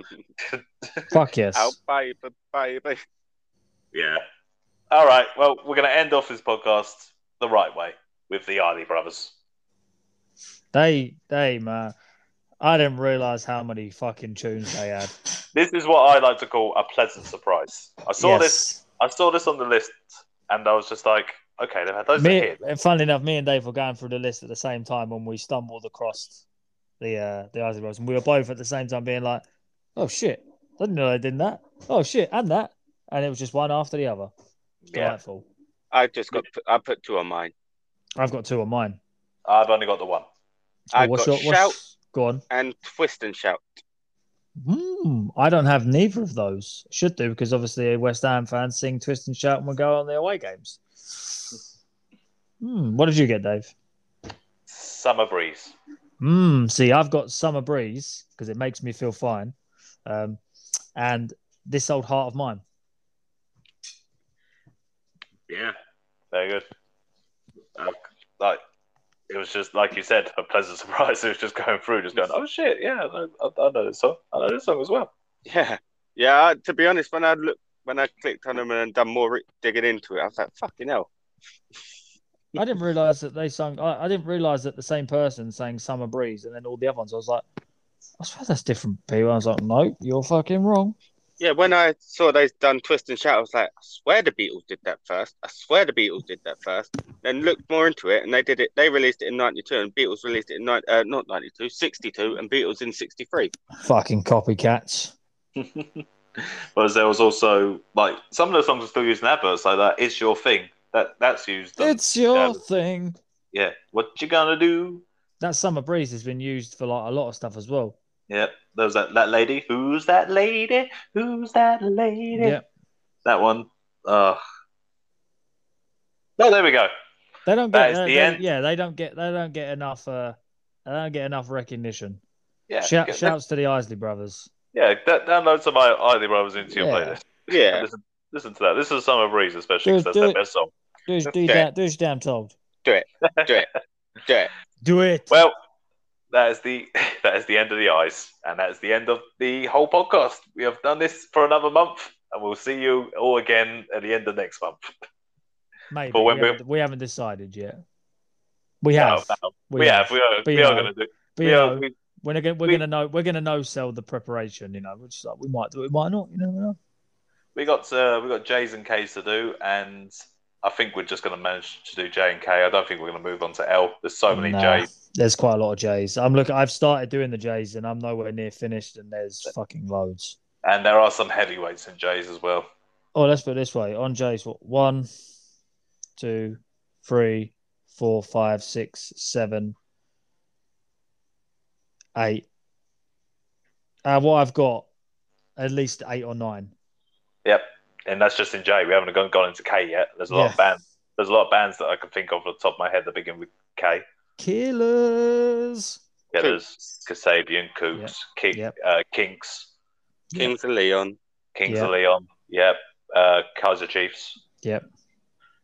Fuck yes.
Out, baby, baby.
Yeah. All right. Well, we're going to end off this podcast the right way with the Arley brothers.
They they man, I didn't realize how many fucking tunes they had.
This is what I like to call a pleasant surprise. I saw this. I saw this on the list, and I was just like, okay, they've had those
Me,
hit.
funnily enough, me and Dave were going through the list at the same time when we stumbled across the uh, the Isaac Ross, and we were both at the same time being like, "Oh shit, I didn't know they did that. Oh shit, and that." And it was just one after the other. It's
Yeah,
Delightful.
I just got I put two on mine.
I've got two on mine.
I've only got the one.
I've
what's
got
your- what's-
Shout
Go on.
and Twist and Shout.
Hmm, I don't have neither of those. Should do because obviously a West Ham fan sing "Twist and Shout" and we go on the away games. Hmm, what did you get, Dave?
Summer breeze.
Mm, see, I've got summer breeze because it makes me feel fine, um, and this old heart of mine.
Yeah, very good. Uh, like it was just like you said, a pleasant surprise. It was just going through, just going, oh shit, yeah, I know, I I know this song. I know this song as well.
Yeah, yeah. To be honest, when I look when I clicked on them and done more re- digging into it, I was like, "Fucking hell!"
I didn't realize that they sung. I, I didn't realize that the same person sang "Summer Breeze" and then all the other ones. I was like, I swear that's different people. I was like, nope, you're fucking wrong.
Yeah, when I saw they done Twist and Shout, I was like, I swear the Beatles did that first. I swear the Beatles did that first. Then looked more into it, and they did it. They released it in '92, and Beatles released it in ni- uh, not '92, '62, and Beatles in '63.
Fucking copycats.
Whereas there was also like some of the songs are still used in adverts like that. It's your thing. That that's used. on-
It's your
Yeah.
thing.
yeah. What you gonna do?
That summer breeze has been used for like a lot of stuff as well.
Yep. There was that, that lady. Who's that lady? Who's that lady?
Yeah.
That one. Ugh. No, there we go.
They don't
That
get uh,
is
they-
the
they-
end.
yeah, they don't get they don't get enough uh they don't get enough recognition.
Yeah.
Shout,
yeah,
shouts to the Isley brothers.
Yeah. That, download some I- Isley Brothers into your
Yeah.
playlist.
Yeah,
Listen, listen to that. This is Summer Breeze, especially because
Dude,
that's
do
their
it.
best song.
Do as do
Okay.
that do as you're damn told.
do it.
Do it.
Well, that is the that is the end of the eyes, and that is the end of the whole podcast. We have done this for another month, and we'll see you all again at the end of next month.
Maybe
but
we,
when we-
haven't, we haven't decided yet. We have.
No, no, we, have, we are,
But,
we
you
are
know,
going to do.
But,
we
you
are-
know,
we-
we're gonna we're
we-
gonna know we're gonna know sell the preparation, you know. We're just like we might do it, we might not, you never know.
we got uh, we got J's and K's to do, and I think we're just going to manage to do J and K. I don't think we're going to move on to L. There's so many
Nah,
J's.
There's quite a lot of J's. I'm look I've started doing the J's and I'm nowhere near finished and there's fucking loads.
And there are some heavyweights in J's as well.
Oh, let's put it this way. On Jay's what one, two, three, four, five, six, seven, eight. Uh, what I've got, at least eight or nine.
And that's just in J. We haven't gone, gone into K yet. There's a lot
Yeah.
of bands. There's a lot of bands that I can think of off the top of my head that begin with K.
Killers.
Yeah, there's Kasabian, Coots, Ki-
Yep.
uh, Kinks,
Kings of Leon.
Kings
Yep.
of Leon. Yep. Uh, Kaiser Chiefs.
Yep.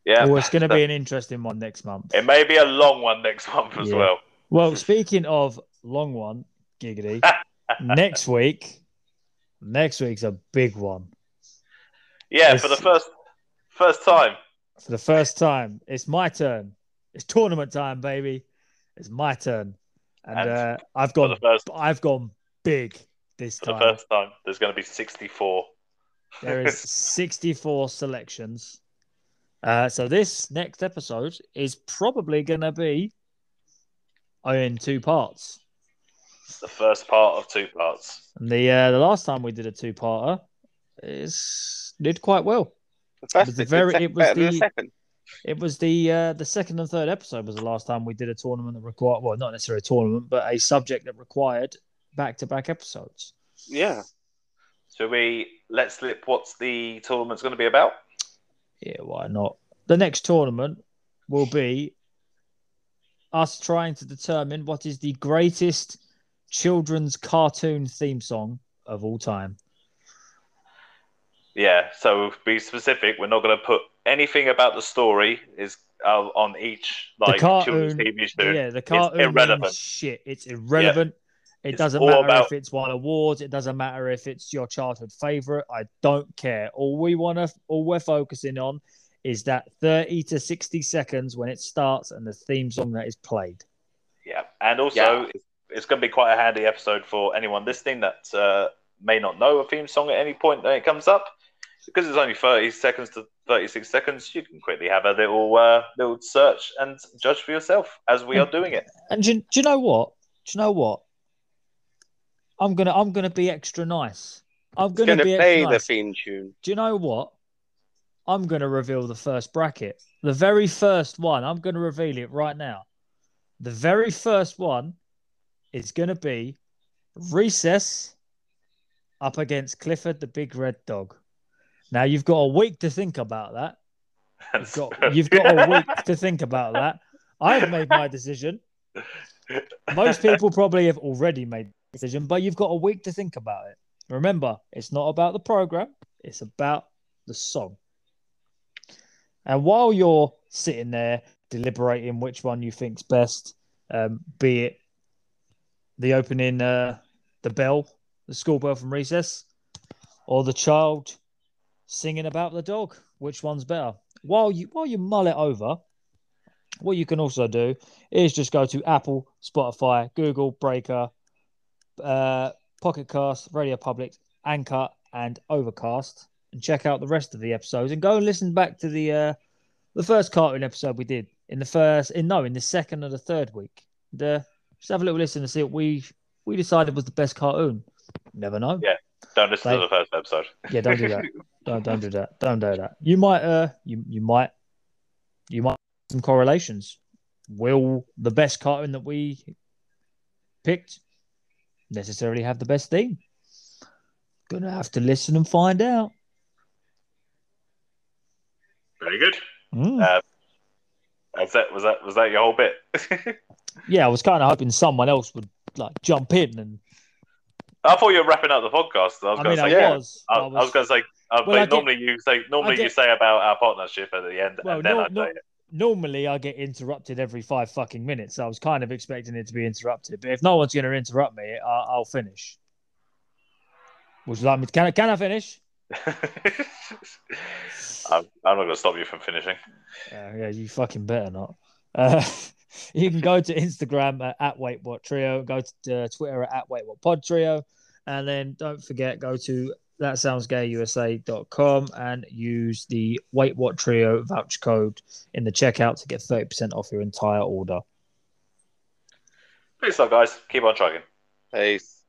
Yeah.
Oh, it's going to be an interesting one next month.
It may be a long one next month as
Yeah.
well.
Well, speaking of long one, giggity, next week, next week's a big one.
Yeah, for the
Yes.
first first time.
for the first time. It's my turn. It's tournament time, baby. It's my turn, and,
And
uh, I've
For
gone.
the first
I've gone big this
for the
time.
first time. There's going to be 64.
There is 64 selections. Uh, so this next episode is probably going to be oh, in two parts.
The first part of two parts.
And the uh, the last time we did a two parter, it's did quite well.
The
was
first
the
is
very-
sec-
it was
better than
the-
second.
It was the uh, the second and third episode was the last time we did a tournament that required well, not necessarily a tournament, but a subject that required back to back episodes.
Yeah,
So we let's slip what's the tournament's going to be about?
Yeah, why not? The next tournament will be us trying to determine what is the greatest children's cartoon theme song of all time.
Yeah, so be specific. We're not going to put anything about the story is uh, on each like children's
cartoon-
TV show.
yeah, the cartoon means
irrelevant.
shit. It's irrelevant. It
It's
doesn't
all
matter
about-
if it's won awards. It doesn't matter if it's your childhood favorite. I don't care. All we want to, all we're focusing on, is that thirty to sixty seconds when it starts and the theme song that is played.
Yeah, and also
Yeah.
it's- it's going to be quite a handy episode for anyone listening that uh, may not know a theme song at any point when it comes up, because it's only thirty seconds to thirty-six seconds. You can quickly have a little uh, little search and judge for yourself as we are doing it.
And do, do you know what? Do you know what? I'm gonna, I'm gonna be extra nice. I'm
it's
gonna,
going to
be extra
play the
nice.
theme tune.
do you know what? I'm going to reveal the first bracket. The very first one. I'm going to reveal it right now. The very first one is going to be Recess up against Clifford the Big Red Dog. Now, you've got a week to think about that. You've got, you've got a week to think about that. I've made my decision. Most people probably have already made the decision, but you've got a week to think about it. Remember, it's not about the program, it's about the song. And while you're sitting there deliberating which one you think's best, um, be it the opening, uh, the bell, the school bell from recess, or the child singing about the dog, which one's better? While you while you mull it over, What you can also do is just go to Apple, Spotify, Google, Breaker, uh, Pocket Cast, Radio Public, Anchor, and Overcast, and check out the rest of the episodes. And go and listen back to the uh, the first cartoon episode we did in the first, in no, in the second or the third week. And, uh, just have a little listen and see what we we decided was the best cartoon. Never know.
Yeah. Don't listen to
Like-
the first episode.
Yeah, don't do that. don't don't do that. Don't do that. You might uh you you might you might have some correlations. Will the best cartoon that we picked necessarily have the best theme? Gonna have to listen and find out.
Very good.
Mm.
That's that. Was that was that your whole bit?
Yeah, I was kind of hoping someone else would like jump in, and
I thought you were wrapping up the podcast. I was
I
going
mean,
to
I,
say,
yeah.
was,
I,
I
I was going to say, uh,
Well,
but
I did-
normally you say normally you
did-
say about our partnership at the end,
Well,
and then
no-
I say
no-
it.
normally I get interrupted every five fucking minutes. So I was kind of expecting it to be interrupted, but if no one's going to interrupt me, I- I'll finish. Would you like me? To, can I? Can I finish?
I'm, I'm not going to stop you from finishing.
Uh, Yeah, yeah, you fucking better not. Uh, you can go to Instagram at, at Wait What Trio, go to uh, Twitter at, at Wait What Pod Trio, and then don't forget go to thatsoundsgayusa.com and use the Wait What Trio voucher code in the checkout to get 30% off your entire order.
Peace out, guys. Keep on trucking.
Peace.